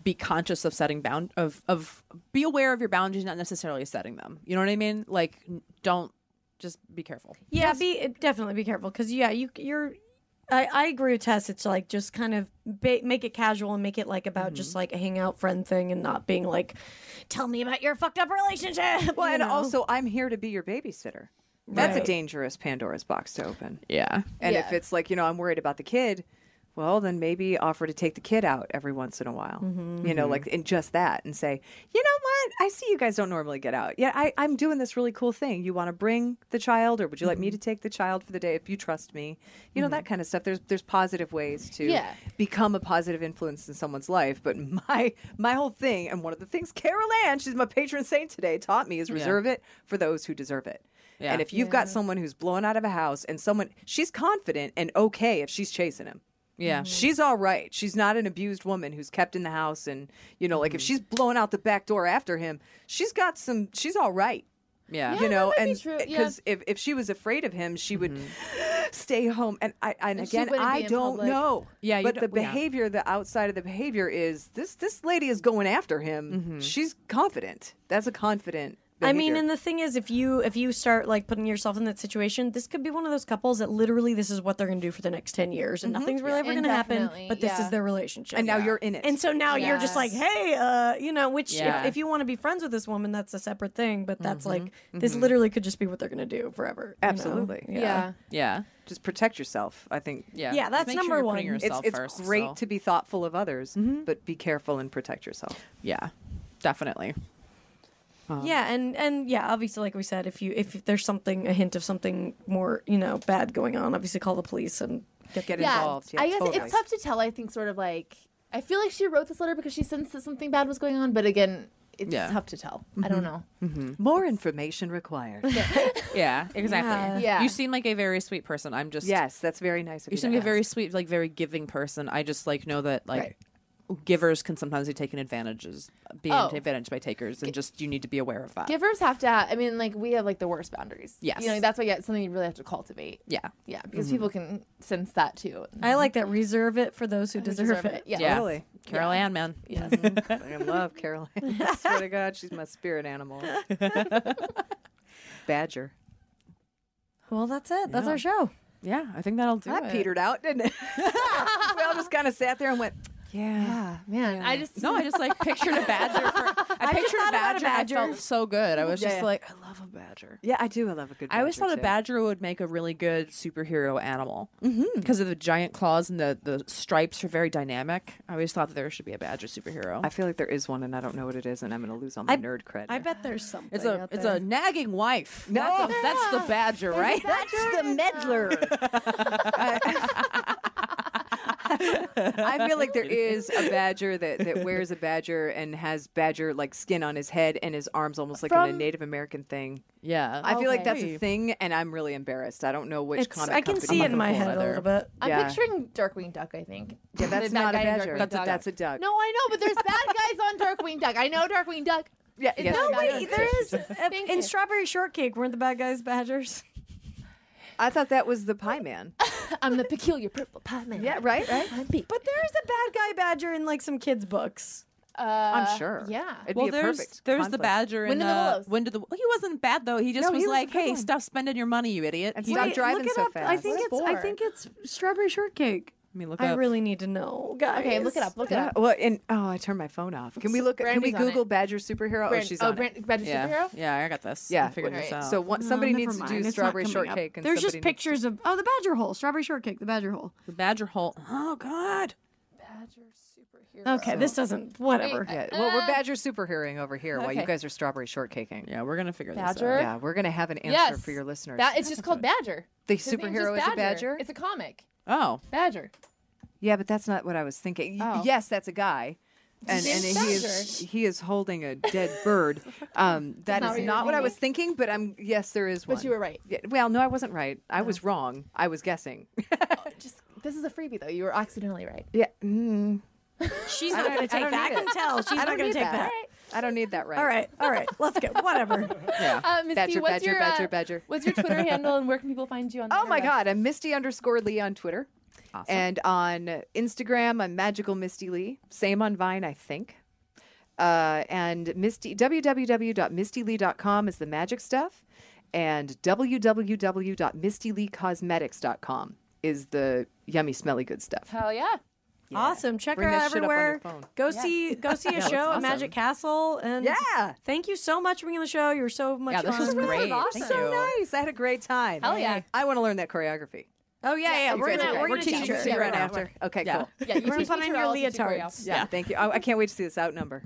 C: be conscious of setting bound of of be aware of your boundaries not necessarily setting them you know what i mean like n- don't just be careful
B: Yeah, be definitely be careful because yeah, you you're. I, I agree with Tess. It's like just kind of ba- make it casual and make it like about
F: Mm-hmm.
B: just like a hangout friend thing and not being like, tell me about your fucked up relationship.
F: Well,
B: you
F: and
B: know?
F: also, I'm here to be your babysitter. That's a
B: Right.
F: dangerous Pandora's box to open.
C: yeah
F: And
D: Yeah.
F: if it's like, you know, I'm worried about the kid, well, then maybe offer to take the kid out every once in a while.
D: Mm-hmm.
F: You know, like in just that and say, you know what? I see you guys don't normally get out. Yeah, I, I'm doing this really cool thing. You want to bring the child or would you like
D: Mm-hmm.
F: me to take the child for the day if you trust me? You know, that kind of stuff. There's there's positive ways to
D: Yeah.
F: become a positive influence in someone's life. But my my whole thing, and one of the things Carol Ann, she's my patron saint today, taught me is reserve it for those who deserve it.
C: Yeah.
F: And if you've got someone who's blown out of a house and someone she's confident and okay if she's chasing him.
C: yeah
F: She's all right. She's not an abused woman who's kept in the house and you know,
C: Mm-hmm.
F: like if she's blowing out the back door after him, she's got some she's all right.
C: yeah
F: You know,
D: might Oh, be
F: and
D: true. Yeah.
F: because if, if she was afraid of him, she would
C: Mm-hmm.
F: stay home. And I and,
D: And she
F: again,
D: wouldn't be
F: I
D: in
F: don't
D: public.
F: know.
C: Yeah, you
F: but the
C: don't- yeah.
F: behavior, the outside of the behavior is this. This lady is going after him.
C: Mm-hmm.
F: She's confident. That's a confident.
B: I mean,
F: behavior.
B: and the thing is, if you if you start like putting yourself in that situation, this could be one of those couples that literally this is what they're going to do for the next ten years, and nothing's really ever going to happen.
D: Indefinitely,
B: But this
D: yeah.
B: is their relationship,
F: and now you're in it.
B: And so now you're just like,
D: Yes.
B: hey, uh, you know, which
C: Yeah.
B: if, if you want to be friends with this woman, that's a separate thing. But that's like this literally could just be what they're going to do forever. you know?
F: Mm-hmm. Absolutely.
B: Yeah.
C: yeah
F: just protect yourself. I think.
C: yeah
B: Yeah,
C: Just
B: that's
C: make
B: number
C: you're putting
B: one. It's-
C: yourself
F: It's, it's
C: first,
F: great
C: so- Mm-hmm.
F: to be thoughtful of others, but be careful and protect yourself.
C: yeah definitely
F: Uh-huh.
B: Yeah, and and yeah, obviously, like we said, if you if there's something a hint of something more you know bad going on, obviously call the police and get
F: Get
D: yeah.
F: involved. Yeah,
D: I guess
F: totally.
D: it's tough to tell. I think sort of like I feel like she wrote this letter because she sensed that something bad was going on, but again, it's
C: Yeah.
D: tough to tell. I
F: Mm-hmm.
D: don't know.
F: More information required.
C: yeah exactly
D: Yeah.
C: you seem like a very sweet person i'm just
F: yes, that's very nice. Of
C: you
F: you
C: seem
F: to
C: like a
F: ask.
C: very sweet like very giving person i just like know that like
D: Right.
C: Givers can sometimes be taken advantages, being
D: Oh.
C: advantaged by takers, and just you need to be aware of that.
D: Givers have to. Have, I mean, like we have like the worst boundaries.
C: Yes.
D: you know that's why yeah, it's something you really have to cultivate.
C: yeah,
D: Yeah, because
F: Mm-hmm.
D: people can sense that too.
B: I like that. Reserve it for those who deserve, it.
D: Yeah.
C: Yeah.
F: Totally.
C: Carol Ann, man.
D: Yes.
F: I love Caroline. I swear to God, she's my spirit animal. Badger.
B: Well, that's it. That's
C: Yeah.
B: our show.
C: Yeah, I think that'll do
F: That
C: it.
F: petered out, didn't it? we all just kind of sat there and went,
D: yeah, man. I just
C: No, I just like pictured a badger. For, I, pictured
B: thought
C: a
B: about a
C: badger. I
B: badger.
C: felt so good. I was just
F: Yeah.
C: like, I love a badger.
F: Yeah, I do. I love a good badger.
C: I always thought a
F: too.
C: badger would make a really good superhero animal
F: Mm-hmm.
C: because of the giant claws and the, the stripes are very dynamic. I always thought that there should be a badger superhero.
F: I feel like there is one, and I don't know what it is, and I'm going to lose all my nerd cred.
B: I bet there's something.
C: it's a
B: out
C: it's
B: there.
C: a nagging wife. No, that's, a- that's the badger, right?
G: That's the meddler.
F: I feel like there is a badger that, that wears a badger and has badger like skin on his head and his arms almost like in a
D: From-
F: Native American thing.
C: yeah,
F: I feel like that's
C: Hey.
F: a thing, and I'm really embarrassed. I don't know which
B: It's,
F: comic.
B: I can
F: company
B: see it in my
F: it's
B: head a
F: from.
B: little bit.
D: I'm
F: Yeah.
D: picturing Darkwing Duck. I think.
F: Yeah, that's
D: The bad
F: not a
D: guy in
F: badger.
D: Darkwing
F: That's a,
D: Duck.
F: that's a duck.
D: No, I know, but there's bad guys on Darkwing Duck. I know Darkwing Duck.
F: yeah, yes,
D: no,
F: it
D: but
F: is.
D: either-
B: There is
D: Thank
B: in
D: you.
B: Strawberry Shortcake. Weren't the bad guys badgers?
F: I thought that was the Pie Man.
D: I'm the peculiar purple pie man.
F: Yeah, right, right.
D: I'm pink.
B: But there is a bad guy badger in like some kids' books.
D: Uh,
F: I'm sure.
D: Yeah.
F: It'd
C: well,
F: be a
C: there's
F: perfect
C: there's the
F: conflict.
C: badger
D: Wind
C: in
D: in the
C: uh,
D: Willows.
C: Wind of the He wasn't bad though. He just
F: No,
C: was,
F: he was a
C: like,
F: good
C: "Hey,
F: one.
C: stop spending your money, you idiot."
F: And
C: He-
F: stop
B: Wait,
F: driving
B: look it
F: so
B: up.
F: fast.
B: I think it's
D: What a
B: I
D: bore.
B: think it's Strawberry Shortcake.
C: Let me look
B: I
C: up.
B: really need to know, guys.
D: Okay, look it up. Look it
F: Yeah,
D: up.
F: well, and oh, I turned my phone off. Can we look?
D: Brandy's
F: can
D: on it.
F: we Google Badger superhero? oh,
D: Brand-
F: she's
D: oh,
F: on it.
D: Brand- Badger
C: yeah,
D: superhero.
C: yeah, I got this.
F: Yeah,
C: I figured
D: Alright.
C: this out.
F: So one, somebody
B: No, never
F: needs to
B: mind.
F: do
B: It's not
F: strawberry
B: coming up.
F: shortcake. And
B: There's just
F: somebody needs to-
B: pictures of oh the badger hole, Strawberry Shortcake, the badger hole.
C: the badger hole. Oh God,
H: Badger superhero.
B: Okay, this doesn't. Whatever.
H: Wait,
F: Yeah. Well, we're
H: Uh,
F: badger superheroing over here while you
H: okay.
F: guys are strawberry shortcaking.
I: Yeah, we're gonna figure this
H: Badger?
I: out.
F: Yeah, we're gonna have an answer
H: Yes.
F: for your listeners.
H: Ba- it's just called Badger.
F: the
H: His name's
F: superhero
H: just
F: is a badger.
H: It's a comic.
I: Oh,
H: Badger.
F: Yeah, but that's not what I was thinking. Y-
H: Oh.
F: Yes, that's a guy. And, and
H: His
F: he
H: name's
F: is he is holding a dead bird. Um, that
H: not
F: is
H: what you
F: not
H: were
F: what I was thinking, but I'm yes, there is one.
H: But you were right.
F: Yeah, well, no, I wasn't right. I was wrong. I was guessing.
H: Just this is a freebie though. You were accidentally right.
F: yeah, mm,
B: She's
F: I
B: not
F: don't-
B: going
F: I
B: to take
F: don't
B: that.
F: need
B: I can
F: it.
B: tell. She's
F: I
B: not
F: don't
B: going
F: need
B: to take
F: that.
B: that.
F: I don't need that right.
B: All right. All right. Let's go. Whatever.
F: Yeah.
H: Uh, Miss
F: badger,
H: P, what's
F: badger,
H: your,
F: badger,
H: uh,
F: badger.
H: What's your Twitter handle and where can people find you on? the
F: Oh my
H: interwebs?
F: God, I'm Misty underscore Lee on Twitter. And on Instagram, I'm Magical Misty Lee. Same on Vine, I think. Uh, and Misty, www.mistylee.com is the magic stuff. And www.mistyleecosmetics.com is the yummy, smelly good stuff.
H: Hell yeah.
B: Awesome. Check
F: Bring
B: her out
F: that shit up on your
B: everywhere.
F: phone.
B: Go see go see a
I: that's
B: show at
I: awesome.
B: Magic Castle. And
F: Yeah.
B: thank you so much for being on the show. You were so much
I: yeah, this
B: fun.
I: was great.
H: awesome.
I: Thank
F: So
I: you.
F: nice. I had a great time.
H: Hell yeah.
F: I want to learn that choreography.
B: Oh yeah, yeah. We're
F: You guys
B: gonna
F: are
B: we're gonna
F: great. teaching
B: teach
F: you
B: her.
F: to right
B: Yeah.
F: after. Okay,
I: Yeah.
F: cool.
H: Yeah, you
B: We're gonna
H: teach
B: put
H: me
B: on your
H: I'll teach you choreography.
B: leotards.
F: Yeah, thank you. I, I can't wait to see this outnumber.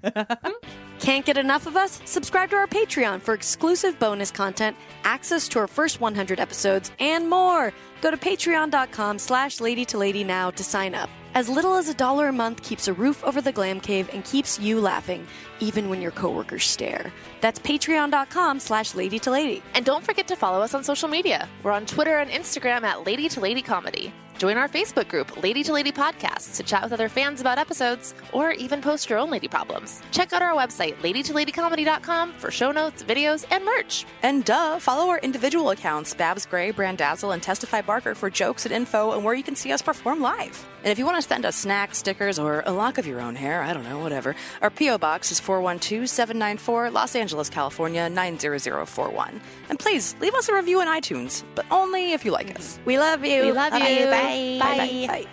B: Can't get enough of us? Subscribe to our Patreon for exclusive bonus content, access to our first 100 episodes, and more. Go to patreon.com slash lady to lady now to sign up. As little as a dollar a month keeps a roof over the glam cave and keeps you laughing, even when your coworkers stare. That's patreon.com slash lady to lady.
D: And don't forget to follow us on social media. We're on Twitter and Instagram at Lady to Lady Comedy. Join our Facebook group, Lady to Lady Podcast, to chat with other fans about episodes or even post your own lady problems. Check out our website, ladytoladycomedy.com, for show notes, videos, and merch.
C: And duh, follow our individual accounts, Babs Gray, Brandazzle, and Testify Barker for jokes and info and where you can see us perform live. And if you want to send us snacks, stickers, or a lock of your own hair, I don't know, whatever, our P.O. Box is 412-794 Los Angeles, California, 90041. And please, leave us a review on iTunes, but only if you like us.
B: We love you.
D: We love you.
C: Bye.
D: Bye.
C: Bye. Bye.